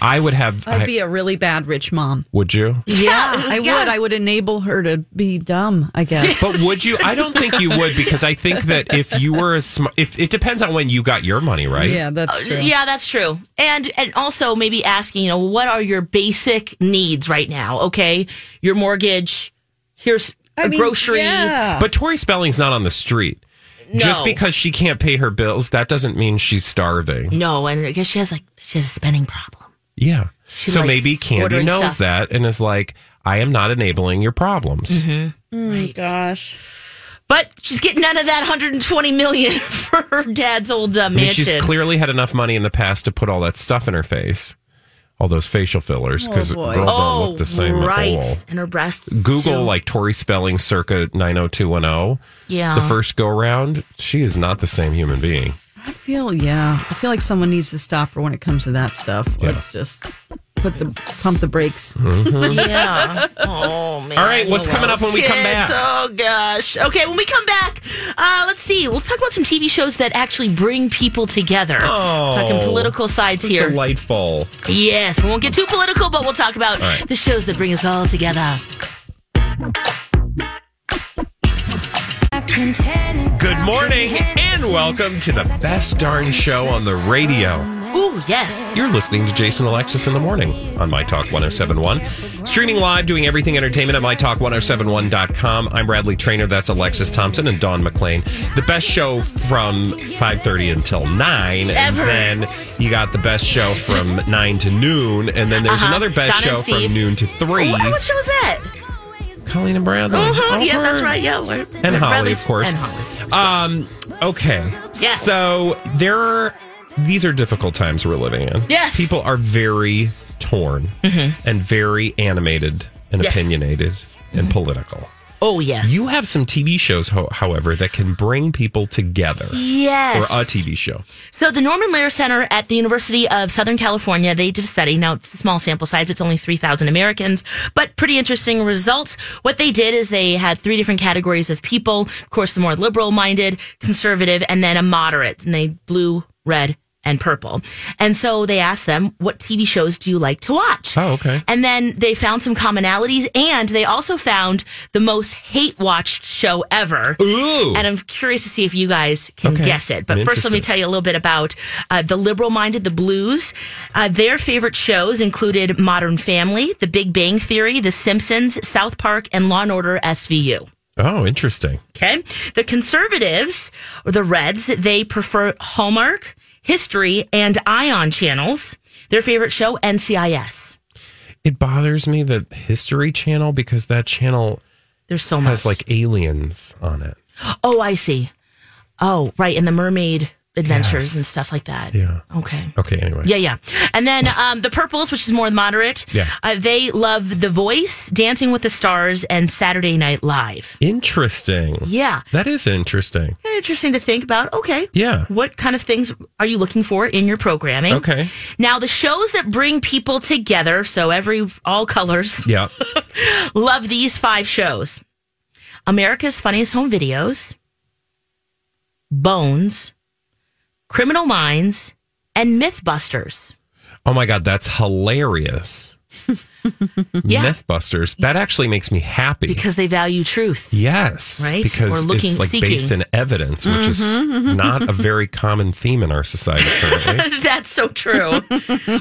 [SPEAKER 5] I would have.
[SPEAKER 4] I'd
[SPEAKER 5] I-
[SPEAKER 4] be a really bad rich mom.
[SPEAKER 5] would you?
[SPEAKER 4] Yeah, I would. I would enable her to be dumb, I guess.
[SPEAKER 5] But would you? I don't think you would because I think that if you were a smart, if it depends on when you got your money, right?
[SPEAKER 4] Oh, yeah, that's true.
[SPEAKER 6] yeah, that's true. And and also maybe asking, you know, what are your basic needs right now? Okay, your mortgage. Here's a
[SPEAKER 4] mean,
[SPEAKER 6] grocery.
[SPEAKER 4] yeah.
[SPEAKER 5] But Tori Spelling's not on the street. Just
[SPEAKER 6] No.
[SPEAKER 5] because she can't pay her bills, that doesn't mean she's starving.
[SPEAKER 6] No, and I guess she has like she has a spending problem.
[SPEAKER 5] Yeah. so
[SPEAKER 6] likes
[SPEAKER 5] maybe Candy
[SPEAKER 6] ordering
[SPEAKER 5] knows
[SPEAKER 6] stuff.
[SPEAKER 5] that and is like, I am not enabling your problems.
[SPEAKER 6] Mm-hmm.
[SPEAKER 4] Gosh.
[SPEAKER 6] But she's getting none of that 120 million for her dad's old uh,
[SPEAKER 5] I mean,
[SPEAKER 6] mansion.
[SPEAKER 5] she's clearly had enough money in the past to put all that stuff in her face, all those facial fillers, because girl
[SPEAKER 6] oh,
[SPEAKER 5] don't look the same
[SPEAKER 6] right,
[SPEAKER 5] at all.
[SPEAKER 6] and her breasts.
[SPEAKER 5] Google
[SPEAKER 6] too.
[SPEAKER 5] like Tori Spelling circa 90210.
[SPEAKER 6] yeah.
[SPEAKER 5] The first go round, she is not the same human being.
[SPEAKER 4] I feel, yeah. I feel like someone needs to stop her when it comes to that stuff. Let's just put the pump the brakes.
[SPEAKER 6] yeah. Oh man.
[SPEAKER 5] All right, what's
[SPEAKER 6] Oh,
[SPEAKER 5] coming
[SPEAKER 6] wow.
[SPEAKER 5] up when we come
[SPEAKER 6] Kids,
[SPEAKER 5] back?
[SPEAKER 6] Oh gosh. Okay, when we come back, uh, let's see. We'll talk about some TV shows that actually bring people together.
[SPEAKER 5] Oh.
[SPEAKER 6] Talking political sides here.
[SPEAKER 5] Delightful.
[SPEAKER 6] yes, we won't get too political, but we'll talk about
[SPEAKER 5] right.
[SPEAKER 6] the shows that bring us all together.
[SPEAKER 5] Good morning and welcome to the best darn show on the radio.
[SPEAKER 6] Ooh, yes.
[SPEAKER 5] You're listening to Jason Alexis in the morning on My Talk 1071. Streaming live, doing everything entertainment at MyTalk1071.com. I'm Bradley Trainer. That's Alexis Thompson and Dawn McLean. The best show from 5.30 until 9.
[SPEAKER 6] Ever.
[SPEAKER 5] And then you got the best show from 9 to noon. And then there's
[SPEAKER 6] Uh-huh.
[SPEAKER 5] another best
[SPEAKER 6] Dawn and
[SPEAKER 5] show
[SPEAKER 6] Steve.
[SPEAKER 5] from noon to 3.
[SPEAKER 6] What, what show is that?
[SPEAKER 5] Colleen and Bradley.
[SPEAKER 6] Uh-huh, yeah,
[SPEAKER 5] Over.
[SPEAKER 6] that's right. Yeah, we're-
[SPEAKER 5] And Holly,
[SPEAKER 6] Bradley's-
[SPEAKER 5] of course.
[SPEAKER 6] And Holly.
[SPEAKER 5] Um, okay.
[SPEAKER 6] Yes.
[SPEAKER 5] So there are these are difficult times we're living in.
[SPEAKER 6] Yes. Mm-hmm.
[SPEAKER 5] People are very torn and very animated and
[SPEAKER 6] Yes. Mm-hmm.
[SPEAKER 5] opinionated and political.
[SPEAKER 6] Oh yes.
[SPEAKER 5] You have some TV shows, ho- however, that can bring people together.
[SPEAKER 6] yes.
[SPEAKER 5] Or a TV show.
[SPEAKER 6] So the Norman Lear Center at the University of Southern California, they did a study. Now it's a small sample size. It's only 3,000 Americans, but pretty interesting results. What they did is they had three different categories of people. Of course, the more liberal minded, conservative, and then a moderate. And they blue, red, and purple. And so they asked them, what TV shows do you like to watch?
[SPEAKER 5] Oh, okay.
[SPEAKER 6] And then they found some commonalities and they also found the most hate watched show ever.
[SPEAKER 5] Ooh.
[SPEAKER 6] And I'm curious to see if you guys can
[SPEAKER 5] Okay.
[SPEAKER 6] guess it. But
[SPEAKER 5] I'm
[SPEAKER 6] first, let me
[SPEAKER 5] interested.
[SPEAKER 6] tell you a little bit about uh, the liberal minded, the blues. Uh, their favorite shows included Modern Family, The Big Bang Theory, The Simpsons, South Park, and Law and Order SVU.
[SPEAKER 5] Oh, interesting.
[SPEAKER 6] Okay. The conservatives, or the Reds, they prefer Hallmark, History, and Ion channels. Their favorite show, NCIS.
[SPEAKER 5] It bothers me that History Channel because that channel
[SPEAKER 6] There's so much.
[SPEAKER 5] has like aliens on it.
[SPEAKER 6] oh, I see. Oh, right. And the mermaid adventures and stuff like that.
[SPEAKER 5] Yeah.
[SPEAKER 6] Okay.
[SPEAKER 5] Okay, anyway.
[SPEAKER 6] Yeah, yeah. And then um, the Purples, which is more moderate.
[SPEAKER 5] Yeah.
[SPEAKER 6] Uh, they love The Voice, Dancing with the Stars, and Saturday Night Live.
[SPEAKER 5] Interesting.
[SPEAKER 6] Yeah.
[SPEAKER 5] That is interesting.
[SPEAKER 6] Kind of interesting to think about. Okay.
[SPEAKER 5] Yeah.
[SPEAKER 6] What kind of things are you looking for in your programming?
[SPEAKER 5] Okay.
[SPEAKER 6] Now, the shows that bring people together, so every, all colors,
[SPEAKER 5] Yeah.
[SPEAKER 6] love these five shows America's Funniest Home Videos, Bones, Criminal Minds, and Mythbusters.
[SPEAKER 5] Oh my god, that's hilarious. Mythbusters. That actually makes me happy.
[SPEAKER 6] Because they value truth.
[SPEAKER 5] yes,
[SPEAKER 6] Right?
[SPEAKER 5] Because
[SPEAKER 6] Or looking-
[SPEAKER 5] it's like
[SPEAKER 6] seeking. Mm-hmm,
[SPEAKER 5] based in evidence, which is not a very common theme in our society currently.
[SPEAKER 6] That's so true.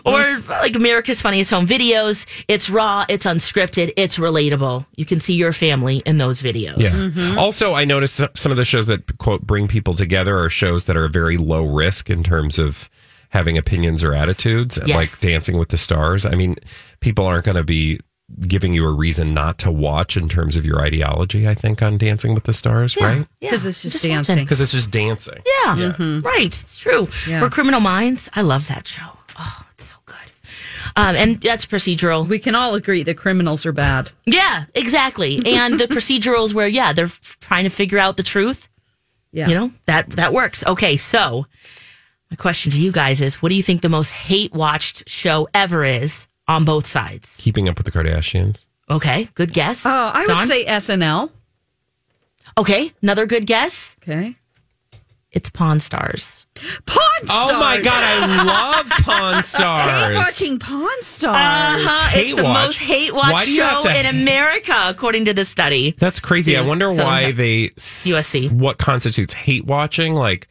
[SPEAKER 6] or like America's Funniest Home Videos. It's raw, it's unscripted, it's relatable. You can see your family in those videos.
[SPEAKER 5] yeah. Mm-hmm. Also, I noticed so- some of the shows that quote bring people together are shows that are very low risk in terms of having opinions or attitudes,
[SPEAKER 6] Yes.
[SPEAKER 5] like Dancing with the Stars. I mean, people aren't going to be giving you a reason not to watch in terms of your ideology. I think on Dancing with the Stars, right?
[SPEAKER 4] Because it's just,
[SPEAKER 6] watching.
[SPEAKER 4] dancing. Mm-hmm.
[SPEAKER 5] Because it's just dancing.
[SPEAKER 6] Yeah, right. It's true.
[SPEAKER 4] Yeah.
[SPEAKER 6] Or Criminal Minds. I love that show. Oh, it's so good. Um, and that's procedural.
[SPEAKER 4] We can all agree that criminals are bad.
[SPEAKER 6] Yeah, exactly. And the procedurals where, yeah, they're f- trying to figure out the truth.
[SPEAKER 4] Yeah.
[SPEAKER 6] You know, that that works. Okay, so my question to you guys is what do you think the most hate watched show ever is on both sides?
[SPEAKER 5] Keeping Up with the Kardashians.
[SPEAKER 6] Okay, good guess.
[SPEAKER 4] Oh, I would
[SPEAKER 6] Dawn?
[SPEAKER 4] say SNL.
[SPEAKER 6] Okay, another good guess.
[SPEAKER 4] Okay.
[SPEAKER 6] It's Pawn Stars.
[SPEAKER 4] Pawn Stars.
[SPEAKER 5] Oh my god, I love Pawn
[SPEAKER 4] Hate
[SPEAKER 5] Stars.
[SPEAKER 4] watching Pawn Stars.
[SPEAKER 5] Hate
[SPEAKER 6] Uh-huh, it's the
[SPEAKER 5] watch?
[SPEAKER 6] most hate watched
[SPEAKER 5] Why do you
[SPEAKER 6] show
[SPEAKER 5] have to-
[SPEAKER 6] in America, according to this study.
[SPEAKER 5] That's crazy. I wonder
[SPEAKER 6] So-
[SPEAKER 5] why they s-
[SPEAKER 6] USC.
[SPEAKER 5] What constitutes hate watching? Like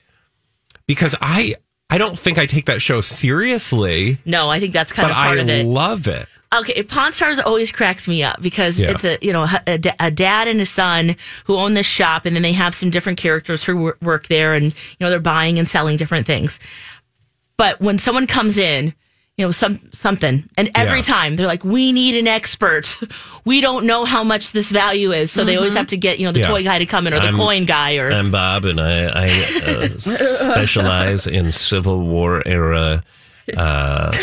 [SPEAKER 5] because I I don't think I take that show seriously,
[SPEAKER 6] No, I think that's kind
[SPEAKER 5] but
[SPEAKER 6] of part
[SPEAKER 5] I
[SPEAKER 6] of it.
[SPEAKER 5] love it.
[SPEAKER 6] okay, Pawn Stars always cracks me up because
[SPEAKER 5] Yeah.
[SPEAKER 6] it's a you know a, a da- a dad and a son who own this shop, and then they have some different characters who wor- work there, and you know they're buying and selling different things. But when someone comes in you know, some something. And every
[SPEAKER 5] Yeah.
[SPEAKER 6] time they're like, we need an expert. We don't know how much this value is. So they always have to get, you know, the
[SPEAKER 5] Mm-hmm. Yeah.
[SPEAKER 6] toy guy to come in or the
[SPEAKER 5] I'm-
[SPEAKER 6] coin guy or
[SPEAKER 5] I'm Bob, and I, I uh, specialize in Civil War era uh,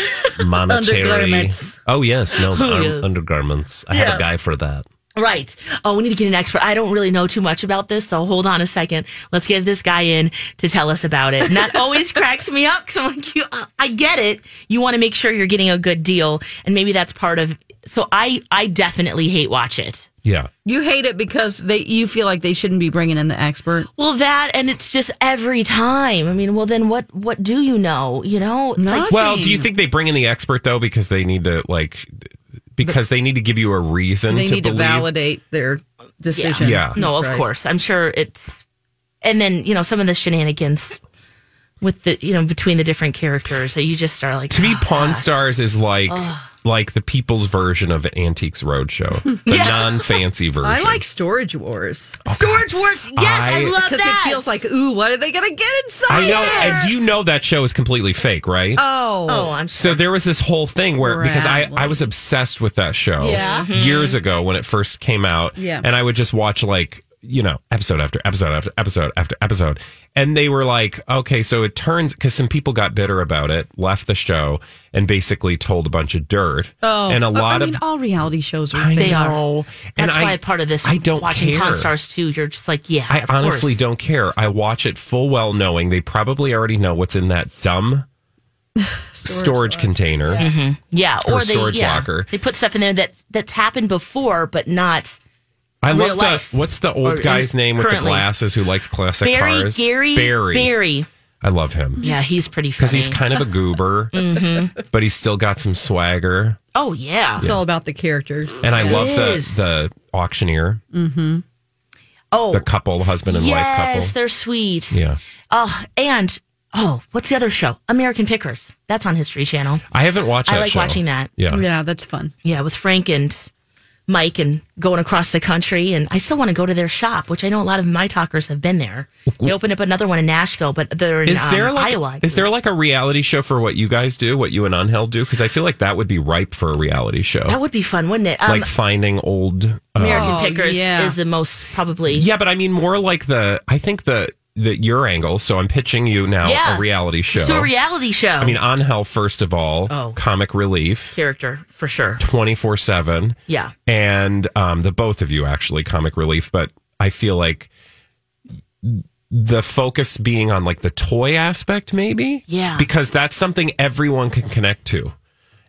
[SPEAKER 5] monetary.
[SPEAKER 4] Undergarments.
[SPEAKER 5] Oh yes, no arm-
[SPEAKER 6] yeah.
[SPEAKER 5] undergarments. I have a guy for that.
[SPEAKER 6] Right. Oh, we need to get an expert. I don't really know too much about this, so hold on a second. Let's get this guy in to tell us about it. And that always cracks me up because I'm like, you, uh, I get it. You want to make sure you're getting a good deal, and maybe that's part of. So I, I definitely hate watch it.
[SPEAKER 5] Yeah,
[SPEAKER 4] You hate it because they you feel like they shouldn't be bringing in the expert.
[SPEAKER 6] Well, that and it's just every time. I mean, well, then what? What do you know? You know, it's like,
[SPEAKER 5] Well, do you think they bring in the expert though because they need to like because they need to give you a reason
[SPEAKER 4] They
[SPEAKER 5] to
[SPEAKER 4] need to
[SPEAKER 5] believe?
[SPEAKER 4] validate their decision.
[SPEAKER 5] Yeah.
[SPEAKER 6] no, of
[SPEAKER 4] Price.
[SPEAKER 6] course. I'm sure it's. And then you know some of the shenanigans with the you know between the different characters that you just are like
[SPEAKER 5] to be
[SPEAKER 6] "Oh,
[SPEAKER 5] Pawn
[SPEAKER 6] gosh."
[SPEAKER 5] Stars is like like the people's version of Antiques Roadshow, the non-fancy version.
[SPEAKER 4] I like Storage Wars
[SPEAKER 5] Oh.
[SPEAKER 6] Storage Wars. Yes, I,
[SPEAKER 5] I-
[SPEAKER 6] love
[SPEAKER 4] because
[SPEAKER 6] that.
[SPEAKER 4] it feels like, ooh, what are they going to get inside?
[SPEAKER 5] I know,
[SPEAKER 4] there?
[SPEAKER 5] and you know that show is completely fake, right?
[SPEAKER 4] Oh,
[SPEAKER 6] Oh, I'm
[SPEAKER 5] So
[SPEAKER 6] sorry.
[SPEAKER 5] there was this whole thing where because I
[SPEAKER 4] Bradley.
[SPEAKER 5] I was obsessed with that show
[SPEAKER 4] Yeah. Mm-hmm.
[SPEAKER 5] years ago when it first came out.
[SPEAKER 4] Yeah.
[SPEAKER 5] And I would just watch like, you know, episode after episode after episode after episode. And they were like, okay, so it turns because some people got bitter about it, left the show, and basically told a bunch of dirt. Oh, and a
[SPEAKER 4] But,
[SPEAKER 5] lot
[SPEAKER 4] I mean,
[SPEAKER 5] of
[SPEAKER 4] all reality shows are.
[SPEAKER 5] I
[SPEAKER 6] they are.
[SPEAKER 5] know. And
[SPEAKER 6] That's
[SPEAKER 5] I-
[SPEAKER 6] why part of this.
[SPEAKER 5] I don't
[SPEAKER 6] watching
[SPEAKER 5] care.
[SPEAKER 6] Pawn Stars too. You're just like, yeah.
[SPEAKER 5] I
[SPEAKER 6] of
[SPEAKER 5] honestly
[SPEAKER 6] course.
[SPEAKER 5] don't care. I watch it full well knowing they probably already know what's in that dumb storage, container.
[SPEAKER 6] Yeah, Mm-hmm.
[SPEAKER 5] Or
[SPEAKER 6] or, they
[SPEAKER 5] storage
[SPEAKER 6] yeah,
[SPEAKER 5] locker.
[SPEAKER 6] They put stuff in there that that's happened before, but not
[SPEAKER 5] I
[SPEAKER 6] real
[SPEAKER 5] love
[SPEAKER 6] life.
[SPEAKER 5] the what's the
[SPEAKER 6] Or
[SPEAKER 5] old
[SPEAKER 6] in-
[SPEAKER 5] guy's name with the
[SPEAKER 6] currently.
[SPEAKER 5] glasses who likes classic
[SPEAKER 6] Barry,
[SPEAKER 5] cars?
[SPEAKER 6] Gary,
[SPEAKER 5] Barry. I love him
[SPEAKER 6] Yeah, Mm-hmm. he's pretty
[SPEAKER 5] because
[SPEAKER 6] funny.
[SPEAKER 5] he's kind of a goober, but he's still got some swagger.
[SPEAKER 6] oh yeah.
[SPEAKER 4] It's all about the characters.
[SPEAKER 5] And I love
[SPEAKER 6] is.
[SPEAKER 5] the the auctioneer,
[SPEAKER 6] oh,
[SPEAKER 5] the couple, husband and
[SPEAKER 6] yes,
[SPEAKER 5] wife
[SPEAKER 6] they're sweet.
[SPEAKER 5] couple. Yeah,
[SPEAKER 6] Oh, and oh, what's the other show? American Pickers. That's on History Channel.
[SPEAKER 5] I haven't watched.
[SPEAKER 6] I
[SPEAKER 5] that
[SPEAKER 6] like
[SPEAKER 5] show.
[SPEAKER 6] watching that.
[SPEAKER 5] Yeah.
[SPEAKER 4] Yeah, that's fun.
[SPEAKER 6] Yeah, with Frank and Mike and going across the country. And I still want to go to their shop, which I know a lot of my talkers have been there. They opened up another one in Nashville, but they're in
[SPEAKER 5] Is there
[SPEAKER 6] um,
[SPEAKER 5] like
[SPEAKER 6] Iowa. I
[SPEAKER 5] is there
[SPEAKER 6] believe.
[SPEAKER 5] like a reality show for what you guys do, what you and Angel do? Because I feel like that would be ripe for a reality show,
[SPEAKER 6] that would be fun, wouldn't it? Um,
[SPEAKER 5] like uh, finding old uh,
[SPEAKER 6] American
[SPEAKER 4] Oh,
[SPEAKER 6] Pickers
[SPEAKER 4] yeah.
[SPEAKER 6] is the most probably.
[SPEAKER 5] Yeah, but I mean more like the I think the the your angle. So I'm pitching you now
[SPEAKER 6] Yeah.
[SPEAKER 5] a reality show.
[SPEAKER 6] Let's do a reality show.
[SPEAKER 5] I mean, on hell first of all,
[SPEAKER 6] Oh.
[SPEAKER 5] comic relief,
[SPEAKER 6] character for sure.
[SPEAKER 5] twenty four seven,
[SPEAKER 6] Yeah.
[SPEAKER 5] and um, the both of you actually comic relief. But I feel like the focus being on like the toy aspect, maybe,
[SPEAKER 6] Yeah.
[SPEAKER 5] because that's something everyone can connect to.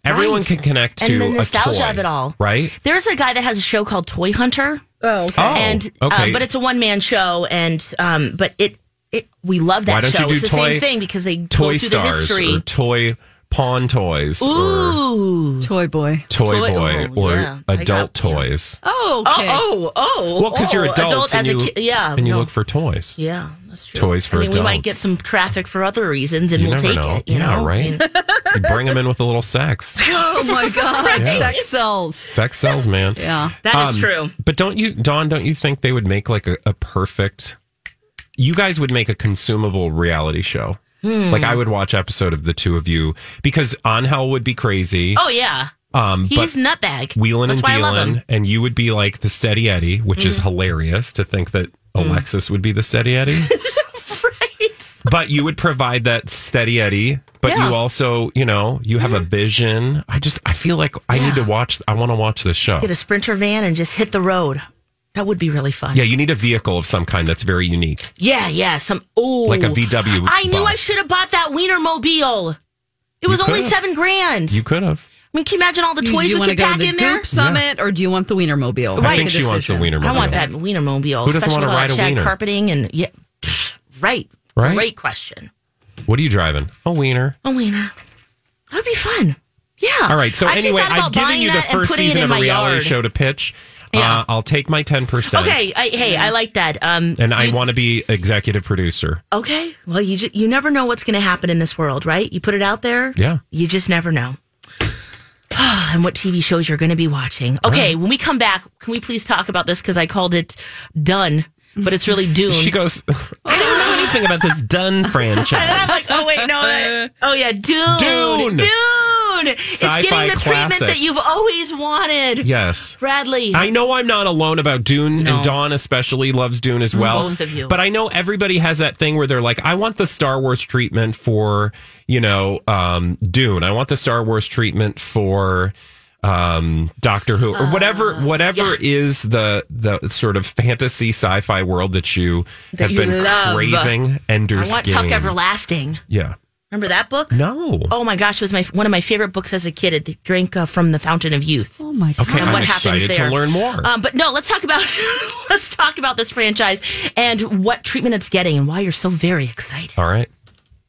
[SPEAKER 5] Everyone
[SPEAKER 6] Right.
[SPEAKER 5] can connect to
[SPEAKER 6] And the
[SPEAKER 5] a
[SPEAKER 6] nostalgia
[SPEAKER 5] toy,
[SPEAKER 6] of it all.
[SPEAKER 5] right?
[SPEAKER 6] There's a guy that has a show called Toy Hunter.
[SPEAKER 4] Oh, okay.
[SPEAKER 5] Oh,
[SPEAKER 6] and
[SPEAKER 5] okay,
[SPEAKER 6] um, but it's a one man show, and um, but it it we love that
[SPEAKER 5] Why don't
[SPEAKER 6] show.
[SPEAKER 5] you do
[SPEAKER 6] it's the
[SPEAKER 5] toy-
[SPEAKER 6] same thing because they
[SPEAKER 5] toy
[SPEAKER 6] go through the
[SPEAKER 5] stars
[SPEAKER 6] history.
[SPEAKER 5] or toy pawn toys or
[SPEAKER 6] Ooh,
[SPEAKER 4] Toy boy.
[SPEAKER 5] toy,
[SPEAKER 6] Toy-
[SPEAKER 5] boy
[SPEAKER 6] oh,
[SPEAKER 5] or
[SPEAKER 6] yeah. I
[SPEAKER 5] adult
[SPEAKER 6] got- yeah.
[SPEAKER 5] toys.
[SPEAKER 4] Oh, okay.
[SPEAKER 6] oh, oh,
[SPEAKER 5] Well, because you're
[SPEAKER 6] oh,
[SPEAKER 5] adults
[SPEAKER 6] adult
[SPEAKER 5] and
[SPEAKER 6] as
[SPEAKER 5] you,
[SPEAKER 6] a kid, yeah,
[SPEAKER 5] and you
[SPEAKER 6] no.
[SPEAKER 5] look for toys.
[SPEAKER 6] yeah, that's true.
[SPEAKER 5] toys for
[SPEAKER 6] I mean, We might
[SPEAKER 5] adults.
[SPEAKER 6] get some traffic for other reasons, and
[SPEAKER 5] You
[SPEAKER 6] we'll
[SPEAKER 5] never
[SPEAKER 6] take
[SPEAKER 5] know.
[SPEAKER 6] it. You
[SPEAKER 5] yeah,
[SPEAKER 6] know,
[SPEAKER 5] right? you bring them in with a little sex.
[SPEAKER 4] Oh my God.
[SPEAKER 5] Yeah.
[SPEAKER 4] Sex sells.
[SPEAKER 5] Sex sells, man.
[SPEAKER 4] Yeah.
[SPEAKER 6] That is
[SPEAKER 5] Um,
[SPEAKER 6] true.
[SPEAKER 5] But don't you, Dawn? Don't you think they would make like a, a perfect? You guys would make a consumable reality show.
[SPEAKER 6] Hmm.
[SPEAKER 5] Like I would watch episode of the two of you because Angel would be crazy.
[SPEAKER 6] Oh yeah,
[SPEAKER 5] um, but
[SPEAKER 6] he's nutbag.
[SPEAKER 5] wheeling
[SPEAKER 6] that's
[SPEAKER 5] and
[SPEAKER 6] why I love him. Hmm.
[SPEAKER 5] dealing, and you would be like the steady Eddie, which is hilarious to think that Alexis would be the steady Eddie.
[SPEAKER 6] right.
[SPEAKER 5] but you would provide that steady Eddie. But
[SPEAKER 6] Yeah. Hmm.
[SPEAKER 5] you also, you know, you have a vision. I just, I feel like I need to watch. I want to watch this show.
[SPEAKER 6] Get a sprinter van and just hit the road. That would be really fun.
[SPEAKER 5] Yeah, you need a vehicle of some kind that's very unique,
[SPEAKER 6] Yeah, yeah. Some oh,
[SPEAKER 5] like a VW.
[SPEAKER 6] I knew I
[SPEAKER 5] bus.
[SPEAKER 6] should have bought that Wienermobile. It was
[SPEAKER 5] You
[SPEAKER 6] only
[SPEAKER 5] could've.
[SPEAKER 6] seven grand.
[SPEAKER 5] You could have.
[SPEAKER 6] I mean, can you imagine all the toys
[SPEAKER 4] you
[SPEAKER 6] we
[SPEAKER 4] want
[SPEAKER 6] could
[SPEAKER 4] to go
[SPEAKER 6] pack
[SPEAKER 4] to the
[SPEAKER 6] in there?
[SPEAKER 4] Goop Summit or do you want the Wienermobile?
[SPEAKER 5] I think she wants the Wienermobile.
[SPEAKER 6] I want that Wienermobile.
[SPEAKER 5] Who doesn't
[SPEAKER 6] especially
[SPEAKER 5] wanna
[SPEAKER 6] with all
[SPEAKER 5] ride
[SPEAKER 6] that
[SPEAKER 5] a
[SPEAKER 6] shag
[SPEAKER 5] wiener?
[SPEAKER 6] Carpeting and yeah, right,
[SPEAKER 5] Right?
[SPEAKER 6] Great question.
[SPEAKER 5] What are you driving? A wiener.
[SPEAKER 6] A wiener. That'd be fun. Yeah.
[SPEAKER 5] All right. So
[SPEAKER 6] I actually
[SPEAKER 5] anyway,
[SPEAKER 6] thought about
[SPEAKER 5] I've given
[SPEAKER 6] buying
[SPEAKER 5] you the
[SPEAKER 6] that and
[SPEAKER 5] first
[SPEAKER 6] putting it in
[SPEAKER 5] season of a
[SPEAKER 6] my
[SPEAKER 5] reality
[SPEAKER 6] yard.
[SPEAKER 5] show to pitch.
[SPEAKER 6] Yeah.
[SPEAKER 5] Uh, I'll take my ten percent.
[SPEAKER 6] Okay. I, hey, I like that. Um.
[SPEAKER 5] And I want to be executive producer.
[SPEAKER 6] Okay. Well, you ju- you never know what's going to happen in this world, right? You put it out there.
[SPEAKER 5] Yeah.
[SPEAKER 6] You just never know. and what TV shows you're going to be watching. Okay, when we come back, can we please talk about this cuz I called it done, but it's really Dune.
[SPEAKER 5] She goes. I don't know anything about this Dunn franchise.
[SPEAKER 6] I'm like, "Oh wait, no. I- oh yeah, Dune. Dune.
[SPEAKER 5] Dune.
[SPEAKER 6] down. It's getting the treatment
[SPEAKER 5] classic.
[SPEAKER 6] that you've always wanted.
[SPEAKER 5] Yes.
[SPEAKER 6] Bradley.
[SPEAKER 5] I know I'm not alone about Dune, and Dawn especially loves Dune as well.
[SPEAKER 6] Mm, both of you.
[SPEAKER 5] But I know everybody has that thing where they're like, I want the Star Wars treatment for, you know, um, Dune. I want the Star Wars treatment for um doctor who or whatever
[SPEAKER 6] Ah,
[SPEAKER 5] whatever is the the sort of fantasy sci-fi world that you have
[SPEAKER 6] you
[SPEAKER 5] been
[SPEAKER 6] love.
[SPEAKER 5] craving ender
[SPEAKER 6] I want
[SPEAKER 5] Skin.
[SPEAKER 6] Tuck Everlasting.
[SPEAKER 5] yeah
[SPEAKER 6] Remember that book?
[SPEAKER 5] no
[SPEAKER 6] Oh my gosh, it was my one of my favorite books as a kid. It drank uh, from the Fountain of Youth.
[SPEAKER 4] Oh my god.
[SPEAKER 5] okay
[SPEAKER 6] and
[SPEAKER 5] i'm
[SPEAKER 6] what happens
[SPEAKER 5] excited
[SPEAKER 6] there.
[SPEAKER 5] to learn more
[SPEAKER 6] Um, but no, let's talk about let's talk about this franchise and what treatment it's getting and why you're so very excited.
[SPEAKER 5] all right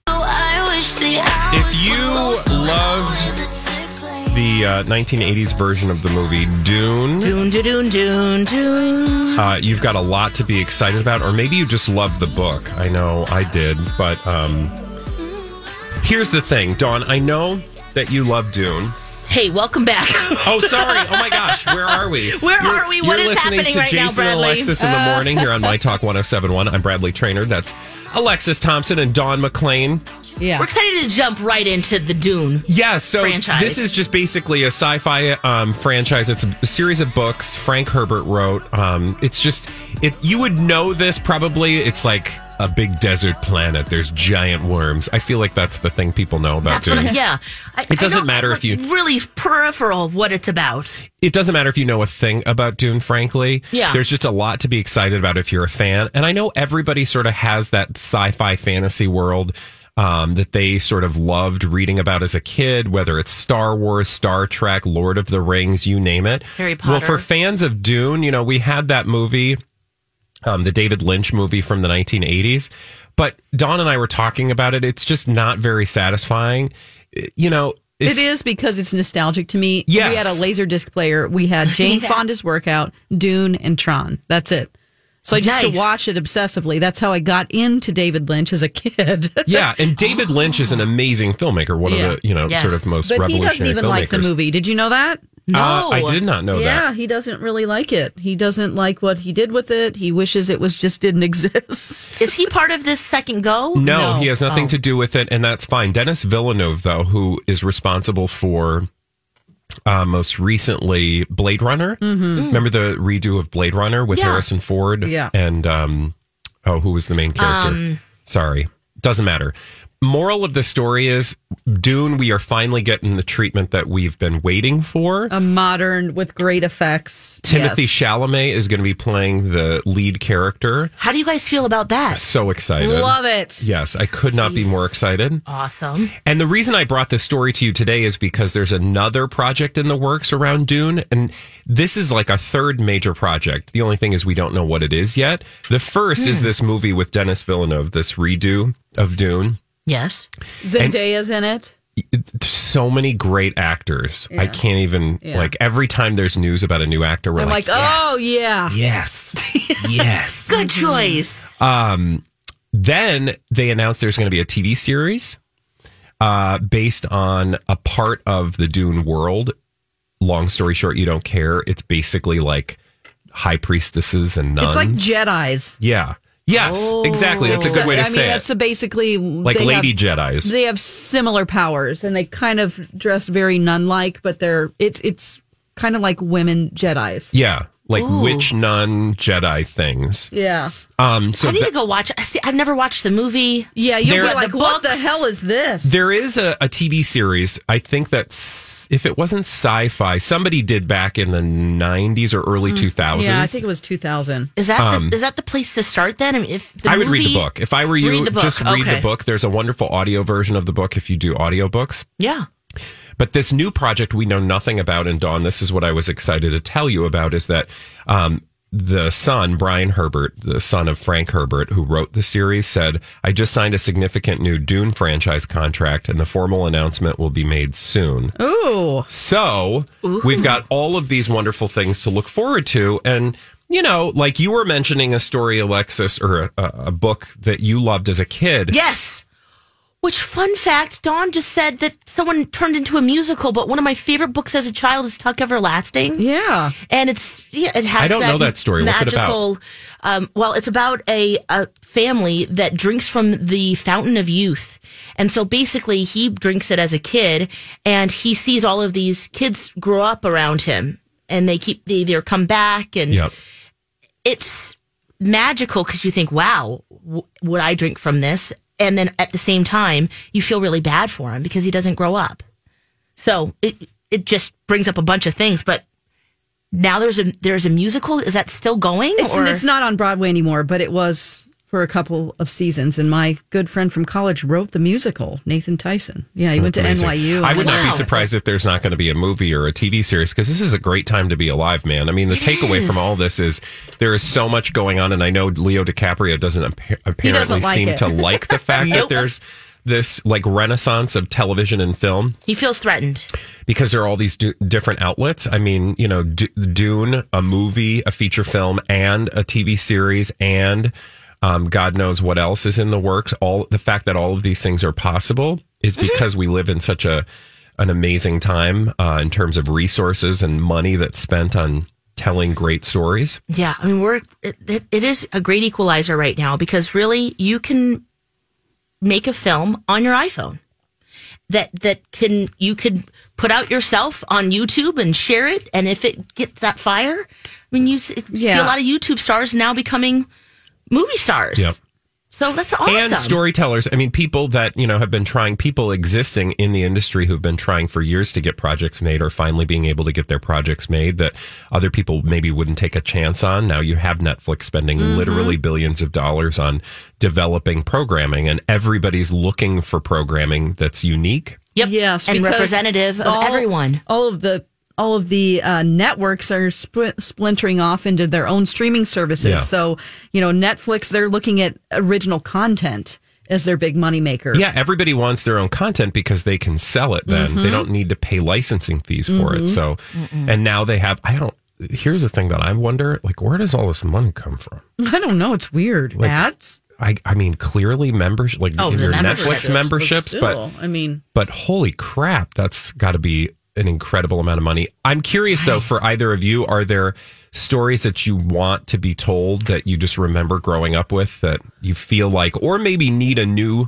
[SPEAKER 7] If
[SPEAKER 5] you
[SPEAKER 7] loved
[SPEAKER 5] the uh, 1980s version of the movie dune
[SPEAKER 6] Doon doon doon doon doon.
[SPEAKER 5] uh, you've got a lot to be excited about, or maybe you just love the book. I know I did, but um, here's the thing, Dawn. I know that you love Dune.
[SPEAKER 6] Hey, welcome back.
[SPEAKER 5] Oh, sorry. Oh my gosh, where are we?
[SPEAKER 6] Where are we? What
[SPEAKER 5] you're
[SPEAKER 6] is
[SPEAKER 5] listening
[SPEAKER 6] happening
[SPEAKER 5] to
[SPEAKER 6] right now,
[SPEAKER 5] Jason and
[SPEAKER 6] Bradley?
[SPEAKER 5] Alexis in the morning here on My Talk 1071. I'm Bradley Trainer. That's Alexis Thompson and Dawn McLean.
[SPEAKER 4] Yeah.
[SPEAKER 6] We're excited to jump right into the Dune.
[SPEAKER 5] Yeah, so
[SPEAKER 6] franchise.
[SPEAKER 5] this is just basically a sci-fi um, franchise. It's a series of books Frank Herbert wrote. Um, it's just it. You would know this probably. It's like a big desert planet. There's giant worms. I feel like that's the thing people know about
[SPEAKER 6] That's what I,
[SPEAKER 5] Dune.
[SPEAKER 6] yeah. I,
[SPEAKER 5] It doesn't
[SPEAKER 6] I don't-
[SPEAKER 5] matter if you-
[SPEAKER 6] really peripheral what it's about.
[SPEAKER 5] It doesn't matter if you know a thing about Dune. Frankly,
[SPEAKER 6] Yeah.
[SPEAKER 5] There's just a lot to be excited about if you're a fan. And I know everybody sort of has that sci-fi fantasy world. Um, that they sort of loved reading about as a kid, whether it's Star Wars, Star Trek, Lord of the Rings, you name it.
[SPEAKER 6] Harry
[SPEAKER 5] Well,
[SPEAKER 6] Potter.
[SPEAKER 5] for fans of Dune, you know, we had that movie, um, the David Lynch movie from the 1980s. But Don and I were talking about it. It's just not very satisfying. It- You know,
[SPEAKER 4] It
[SPEAKER 5] it's,
[SPEAKER 4] is because it's nostalgic to me.
[SPEAKER 5] Yes.
[SPEAKER 4] We had a laser disc player. We had Jane Fonda's workout, Dune, and Tron. That's it. So I just
[SPEAKER 6] Nice.
[SPEAKER 4] used to watch it obsessively. That's how I got into David Lynch as a kid.
[SPEAKER 5] yeah. And David Lynch is an amazing filmmaker, one
[SPEAKER 4] Ah. Yeah.
[SPEAKER 5] of the, you know,
[SPEAKER 6] Yes.
[SPEAKER 5] sort of most
[SPEAKER 4] but he
[SPEAKER 5] revolutionary
[SPEAKER 4] doesn't even
[SPEAKER 5] filmmakers.
[SPEAKER 4] like the movie. Did you know that?
[SPEAKER 5] Uh, I did not know
[SPEAKER 4] yeah,
[SPEAKER 5] that.
[SPEAKER 4] he doesn't really like it. He doesn't like what he did with it. He wishes it was just didn't exist.
[SPEAKER 6] Is he part of this second go?
[SPEAKER 5] No,
[SPEAKER 4] No. Oh.
[SPEAKER 5] he has nothing to do with it, and that's fine. Dennis Villeneuve, though, who is responsible for uh, most recently Blade Runner. Remember the redo of Blade Runner with
[SPEAKER 6] Yeah.
[SPEAKER 5] Harrison Ford?
[SPEAKER 4] Mm-hmm. Yeah. Um,
[SPEAKER 5] And, um, oh, who was the main character? Sorry. Doesn't matter. Moral of the story is Dune, we are finally getting the treatment that we've been waiting for.
[SPEAKER 4] A modern with great effects.
[SPEAKER 5] Timothy
[SPEAKER 4] Yes.
[SPEAKER 5] Chalamet is going to be playing the lead character.
[SPEAKER 6] How do you guys feel about that?
[SPEAKER 5] So excited.
[SPEAKER 4] Love it.
[SPEAKER 5] Yes, I could not be more excited.
[SPEAKER 6] Awesome.
[SPEAKER 5] And the reason I brought this story to you today is because there's another project in the works around Dune. And this is like a third major project. The only thing is we don't know what it is yet. The first
[SPEAKER 4] Hmm.
[SPEAKER 5] is this movie with Dennis Villeneuve, this redo of Dune.
[SPEAKER 6] Yes.
[SPEAKER 4] Zendaya's in it.
[SPEAKER 5] So many great actors. I can't even, like, every time there's news about a new actor, we're
[SPEAKER 4] I'm
[SPEAKER 5] like,
[SPEAKER 4] like, oh yeah.
[SPEAKER 5] yes, yes.
[SPEAKER 6] Good choice.
[SPEAKER 5] then they announced there's going to be a TV series uh, based on a part of the Dune world. Long story short, you don't care. It's basically like high priestesses and nuns.
[SPEAKER 4] It's like Jedi's.
[SPEAKER 5] yeah, yes, exactly. That's a good way to
[SPEAKER 4] I
[SPEAKER 5] say
[SPEAKER 4] mean,
[SPEAKER 5] it.
[SPEAKER 4] that's basically
[SPEAKER 5] like
[SPEAKER 4] they
[SPEAKER 5] lady
[SPEAKER 4] have-
[SPEAKER 5] Jedi's.
[SPEAKER 4] They have similar powers, and they kind of dress very nun-like, but they're it's it's kind of like women Jedi's.
[SPEAKER 5] yeah, like witch nun Jedi things.
[SPEAKER 4] Yeah,
[SPEAKER 5] Um, so
[SPEAKER 6] I need
[SPEAKER 5] tha-
[SPEAKER 6] to go watch. I see. I've never watched the movie.
[SPEAKER 4] yeah. You'll
[SPEAKER 5] They're-
[SPEAKER 4] be like,
[SPEAKER 6] The
[SPEAKER 4] what the
[SPEAKER 6] books-
[SPEAKER 4] hell is this?
[SPEAKER 5] There is a, a TV series. I think that's if it wasn't sci-fi, somebody did back in the '90s or early
[SPEAKER 4] Mm,
[SPEAKER 5] 2000s.
[SPEAKER 4] Yeah, I think it was 2000.
[SPEAKER 6] Is that the, is that the place to start then? I mean, if the
[SPEAKER 5] Um, I would read the
[SPEAKER 6] movie-
[SPEAKER 5] book. If I were you,
[SPEAKER 6] Read the book.
[SPEAKER 5] just read
[SPEAKER 6] Okay.
[SPEAKER 5] the book. There's a wonderful audio version of the book if you do audiobooks.
[SPEAKER 6] Yeah.
[SPEAKER 5] But this new project we know nothing about. And Dawn, this is what I was excited to tell you about is that um, the son, Brian Herbert, the son of Frank Herbert, who wrote the series, said, I just signed a significant new Dune franchise contract and the formal announcement will be made soon.
[SPEAKER 4] Ooh,
[SPEAKER 5] So we've got all of these wonderful things to look forward to. And, you know, like you were mentioning a story, Alexis, or a, a a book that you loved as a kid.
[SPEAKER 6] Yes. Which fun fact, Dawn just said that someone turned into a musical, but one of my favorite books as a child is Tuck Everlasting.
[SPEAKER 4] Yeah.
[SPEAKER 6] And it's yeah, it has
[SPEAKER 5] I don't
[SPEAKER 6] that
[SPEAKER 5] know that story. What's it about?
[SPEAKER 6] magical, Um, well, it's about a, a family that drinks from the fountain of youth. And so basically he drinks it as a kid and he sees all of these kids grow up around him and they keep they either come back and
[SPEAKER 5] Yep.
[SPEAKER 6] it's magical because you think, wow, w- would I drink from this? And then at the same time, you feel really bad for him because he doesn't grow up. So it it just brings up a bunch of things. But now there's a there's a musical. Is that still going?
[SPEAKER 4] It's,
[SPEAKER 6] or-
[SPEAKER 4] it's not on Broadway anymore, but it was for a couple of seasons. And my good friend from college wrote the musical, Nathan Tyson. Yeah, he went to
[SPEAKER 5] Amazing.
[SPEAKER 4] NYU.
[SPEAKER 5] I would not
[SPEAKER 6] Wow.
[SPEAKER 5] be surprised if there's not going to be a movie or a TV series because this is a great time to be alive, man. I mean, the takeaway from all this is there is so much going on, and I know Leo DiCaprio doesn't appa- apparently
[SPEAKER 4] like
[SPEAKER 5] seem
[SPEAKER 4] it.
[SPEAKER 5] to like the fact that
[SPEAKER 6] Nope.
[SPEAKER 5] there's this like renaissance of television and film
[SPEAKER 6] he feels threatened.
[SPEAKER 5] because there are all these du- different outlets. I mean, you know, D- Dune, a movie, a feature film, and a TV series, and um, God knows what else is in the works. All the fact that all of these things are possible is because we live in such a an amazing time uh, in terms of resources and money that's spent on telling great stories.
[SPEAKER 6] Yeah, I mean we're it, it, it is a great equalizer right now because really you can make a film on your iPhone that that can you could put out yourself on YouTube and share it and if it gets that fire, I mean you s- it,
[SPEAKER 4] Yeah.
[SPEAKER 6] see a lot of YouTube stars now becoming movie stars.
[SPEAKER 5] Yep.
[SPEAKER 6] So that's awesome.
[SPEAKER 5] And storytellers, I mean, people that you know have been trying, people existing in the industry who've been trying for years to get projects made, or finally being able to get their projects made that other people maybe wouldn't take a chance on. Now you have Netflix spending literally billions of dollars on developing programming, and everybody's looking for programming that's unique.
[SPEAKER 6] Yep.
[SPEAKER 4] Yes,
[SPEAKER 6] and
[SPEAKER 4] because
[SPEAKER 6] representative of
[SPEAKER 4] all-
[SPEAKER 6] everyone.
[SPEAKER 4] All of the all of the uh, networks are spl- splintering off into their own streaming services.
[SPEAKER 5] Yeah.
[SPEAKER 4] So you know, Netflix they're looking at original content as their big moneymaker.
[SPEAKER 5] Yeah, everybody wants their own content because they can sell it then. They don't need to pay licensing fees for it. So, and now they have, I don't, here's the thing that I wonder like, where does all this money come from?
[SPEAKER 4] I don't know. It's weird. Ads.
[SPEAKER 5] I, I mean, clearly membership, like
[SPEAKER 6] Oh, the
[SPEAKER 5] your
[SPEAKER 6] memberships.
[SPEAKER 5] Netflix memberships, but
[SPEAKER 4] still, I mean,
[SPEAKER 5] but holy crap, that's got to be an incredible amount of money. I'm curious though, for either of you, are there stories that you want to be told that you just remember growing up with that you feel like, or maybe need a new,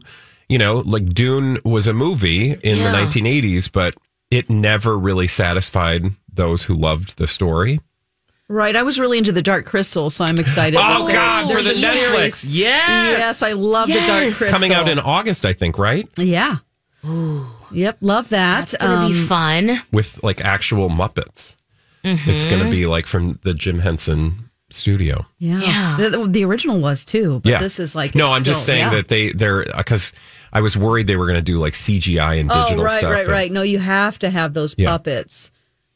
[SPEAKER 5] you know, like Dune was a movie in
[SPEAKER 6] Yeah.
[SPEAKER 5] the 1980s, but it never really satisfied those who loved the story.
[SPEAKER 4] right? I was really into the Dark Crystal, so I'm excited.
[SPEAKER 5] Oh,
[SPEAKER 4] that
[SPEAKER 5] God,
[SPEAKER 4] there's
[SPEAKER 5] for the
[SPEAKER 4] a
[SPEAKER 5] Netflix.
[SPEAKER 4] series.
[SPEAKER 5] Yes.
[SPEAKER 4] yes, I love the Dark
[SPEAKER 6] Yes.
[SPEAKER 4] Crystal
[SPEAKER 5] Coming out in August, I think, right?
[SPEAKER 4] yeah. Yep, love that.
[SPEAKER 6] It's gonna
[SPEAKER 4] um,
[SPEAKER 6] be fun.
[SPEAKER 5] with like actual Muppets. It's going to be like from the Jim Henson studio.
[SPEAKER 4] Yeah.
[SPEAKER 6] Yeah.
[SPEAKER 4] Um, The, the original was too, but this is like
[SPEAKER 5] no.
[SPEAKER 4] it's
[SPEAKER 5] I'm just
[SPEAKER 4] still-
[SPEAKER 5] saying
[SPEAKER 4] yeah.
[SPEAKER 5] that they they're because I was worried they were going to do like CGI and digital
[SPEAKER 4] oh, right,
[SPEAKER 5] stuff.
[SPEAKER 4] right,
[SPEAKER 5] but-
[SPEAKER 4] right. No, you have to have those
[SPEAKER 5] Yeah.
[SPEAKER 4] puppets.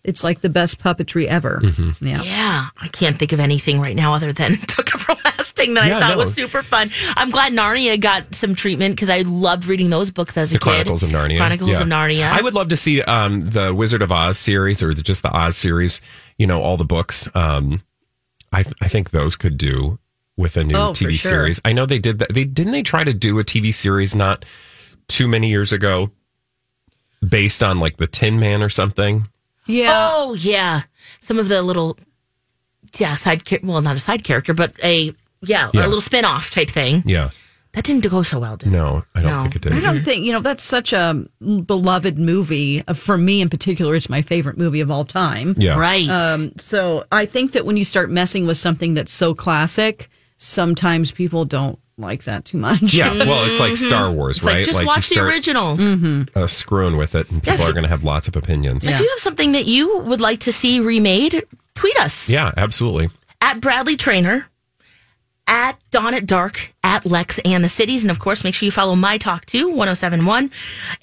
[SPEAKER 4] It's like the best puppetry ever.
[SPEAKER 5] Mm-hmm.
[SPEAKER 4] Yeah.
[SPEAKER 6] Yeah, I can't think of anything right now other than Took Everlasting that
[SPEAKER 5] Yeah,
[SPEAKER 6] I thought
[SPEAKER 5] no.
[SPEAKER 6] was super fun. I'm glad Narnia got some treatment because I loved reading those books as a
[SPEAKER 5] The
[SPEAKER 6] kid.
[SPEAKER 5] Chronicles of Narnia.
[SPEAKER 6] Chronicles
[SPEAKER 5] Yeah.
[SPEAKER 6] of Narnia.
[SPEAKER 5] I would love to see um, the Wizard of Oz series or the, just the Oz series. You know, all the books. Um, I th- I think those could do with a new
[SPEAKER 4] Oh, for
[SPEAKER 5] TV
[SPEAKER 4] sure.
[SPEAKER 5] series. I know they did that. They didn't they try to do a TV series not too many years ago, based on like the Tin Man or something.
[SPEAKER 4] Yeah.
[SPEAKER 6] Oh yeah, some of the little yeah side char- well not a side character but a yeah,
[SPEAKER 5] Yeah.
[SPEAKER 6] a little spin off type thing
[SPEAKER 5] Yeah.
[SPEAKER 6] that didn't go so well. Did it?
[SPEAKER 5] No, I don't
[SPEAKER 6] No.
[SPEAKER 5] think it did.
[SPEAKER 4] I don't think, you know, that's such a beloved movie. Uh, For me in particular, it's my favorite movie of all time.
[SPEAKER 5] yeah.
[SPEAKER 6] right?
[SPEAKER 4] Um, so I think that when you start messing with something that's so classic, sometimes people don't like that too much.
[SPEAKER 5] Yeah. Well, it's like Star Wars,
[SPEAKER 6] Mm-hmm. it's
[SPEAKER 5] right?
[SPEAKER 6] like just
[SPEAKER 5] you
[SPEAKER 6] watch the
[SPEAKER 5] start,
[SPEAKER 6] original.
[SPEAKER 5] Uh, screwing with it, and
[SPEAKER 6] if
[SPEAKER 5] people are
[SPEAKER 6] you-
[SPEAKER 5] going to have lots of opinions.
[SPEAKER 6] If you have something that you would like to see remade, tweet us.
[SPEAKER 5] Yeah, absolutely.
[SPEAKER 6] at Bradley Trainer, at Dawn at Dark, at Lex and the Cities. And of course, make sure you follow My Talk too, 1071.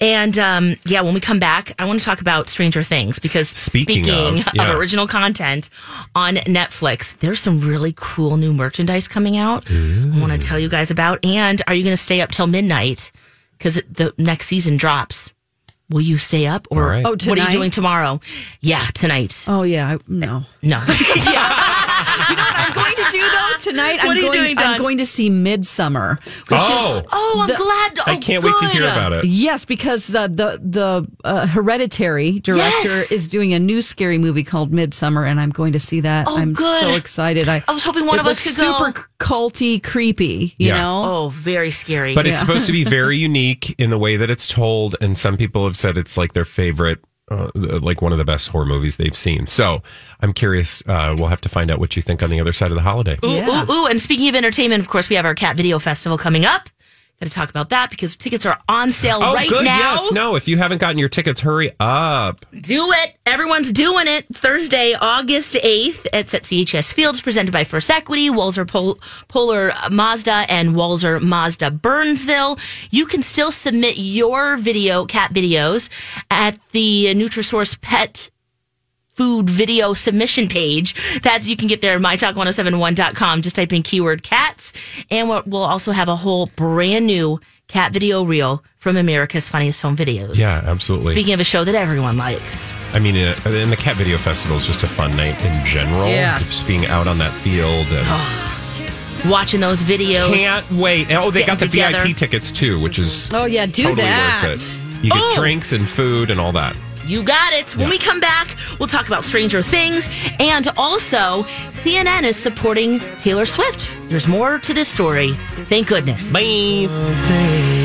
[SPEAKER 6] And um, yeah, when we come back, I want to talk about Stranger Things because
[SPEAKER 5] Speaking
[SPEAKER 6] speaking,
[SPEAKER 5] of,
[SPEAKER 6] of,
[SPEAKER 5] yeah.
[SPEAKER 6] original content on Netflix, there's some really cool new merchandise coming out I want to tell you guys about. And are you going to stay up till midnight? Because the next season drops. Will you stay up or
[SPEAKER 5] All right. Oh,
[SPEAKER 6] what are
[SPEAKER 4] tonight?
[SPEAKER 6] you doing tomorrow? Yeah, tonight.
[SPEAKER 4] Oh, yeah. I- No.
[SPEAKER 6] No. yeah. You know what I'm going to do though?
[SPEAKER 4] tonight I'm
[SPEAKER 6] What are you
[SPEAKER 4] going
[SPEAKER 6] doing, Dawn?
[SPEAKER 4] I'm going to see Midsummer, which
[SPEAKER 5] Oh.
[SPEAKER 4] is
[SPEAKER 6] Oh, I'm
[SPEAKER 4] The-
[SPEAKER 6] glad. Oh,
[SPEAKER 5] I can't wait to hear
[SPEAKER 6] good.
[SPEAKER 5] about it.
[SPEAKER 4] Yes, because uh, the the uh, hereditary director
[SPEAKER 6] Yes.
[SPEAKER 4] is doing a new scary movie called Midsummer, and I'm going to see that.
[SPEAKER 6] Oh,
[SPEAKER 4] I'm
[SPEAKER 6] good.
[SPEAKER 4] so excited. I,
[SPEAKER 6] I was hoping one
[SPEAKER 4] it
[SPEAKER 6] of us
[SPEAKER 4] looks
[SPEAKER 6] could go.
[SPEAKER 4] Super culty, creepy. You
[SPEAKER 5] Yeah.
[SPEAKER 4] know,
[SPEAKER 6] Oh, very scary.
[SPEAKER 5] But it's supposed to be very unique in the way that it's told, and some people have said it's like their favorite, uh, like one of the best horror movies they've seen. So I'm curious. Uh, we'll have to find out what you think on the other side of the holiday.
[SPEAKER 6] Ooh,
[SPEAKER 4] Yeah.
[SPEAKER 6] ooh, ooh. And speaking of entertainment, of course, we have our Cat Video Festival coming up. Got to talk about that because tickets are on sale
[SPEAKER 5] Oh,
[SPEAKER 6] right
[SPEAKER 5] good.
[SPEAKER 6] now.
[SPEAKER 5] Yes. No. If you haven't gotten your tickets, hurry up.
[SPEAKER 6] Do it. Everyone's doing it. Thursday, August 8th. It's at CHS Fields, presented by First Equity, Walzer Pol- Polar Mazda, and Walzer Mazda Burnsville. You can still submit your video, cat videos, at the Nutrisource Pet food video submission page that you can get there at mytalk1071.com. Just type in keyword cats. And we'll we'll also have a whole brand new cat video reel from America's Funniest Home Videos.
[SPEAKER 5] Yeah, absolutely.
[SPEAKER 6] Speaking of a show that everyone likes.
[SPEAKER 5] I mean, uh, and the Cat Video Festival is just a fun night in general.
[SPEAKER 4] Yeah.
[SPEAKER 5] Just being out on that field. And
[SPEAKER 6] Oh, watching those videos.
[SPEAKER 5] Can't wait. Oh, they got the
[SPEAKER 6] Getting together.
[SPEAKER 5] VIP tickets too, which is
[SPEAKER 4] Oh, yeah, do
[SPEAKER 5] totally
[SPEAKER 4] that.
[SPEAKER 5] worth it. You get
[SPEAKER 6] Oh.
[SPEAKER 5] drinks and food and all that.
[SPEAKER 6] You got it. When we come back, we'll talk about Stranger Things. And also, CNN is supporting Taylor Swift. There's more to this story. Thank goodness.
[SPEAKER 5] Bye.
[SPEAKER 8] Day.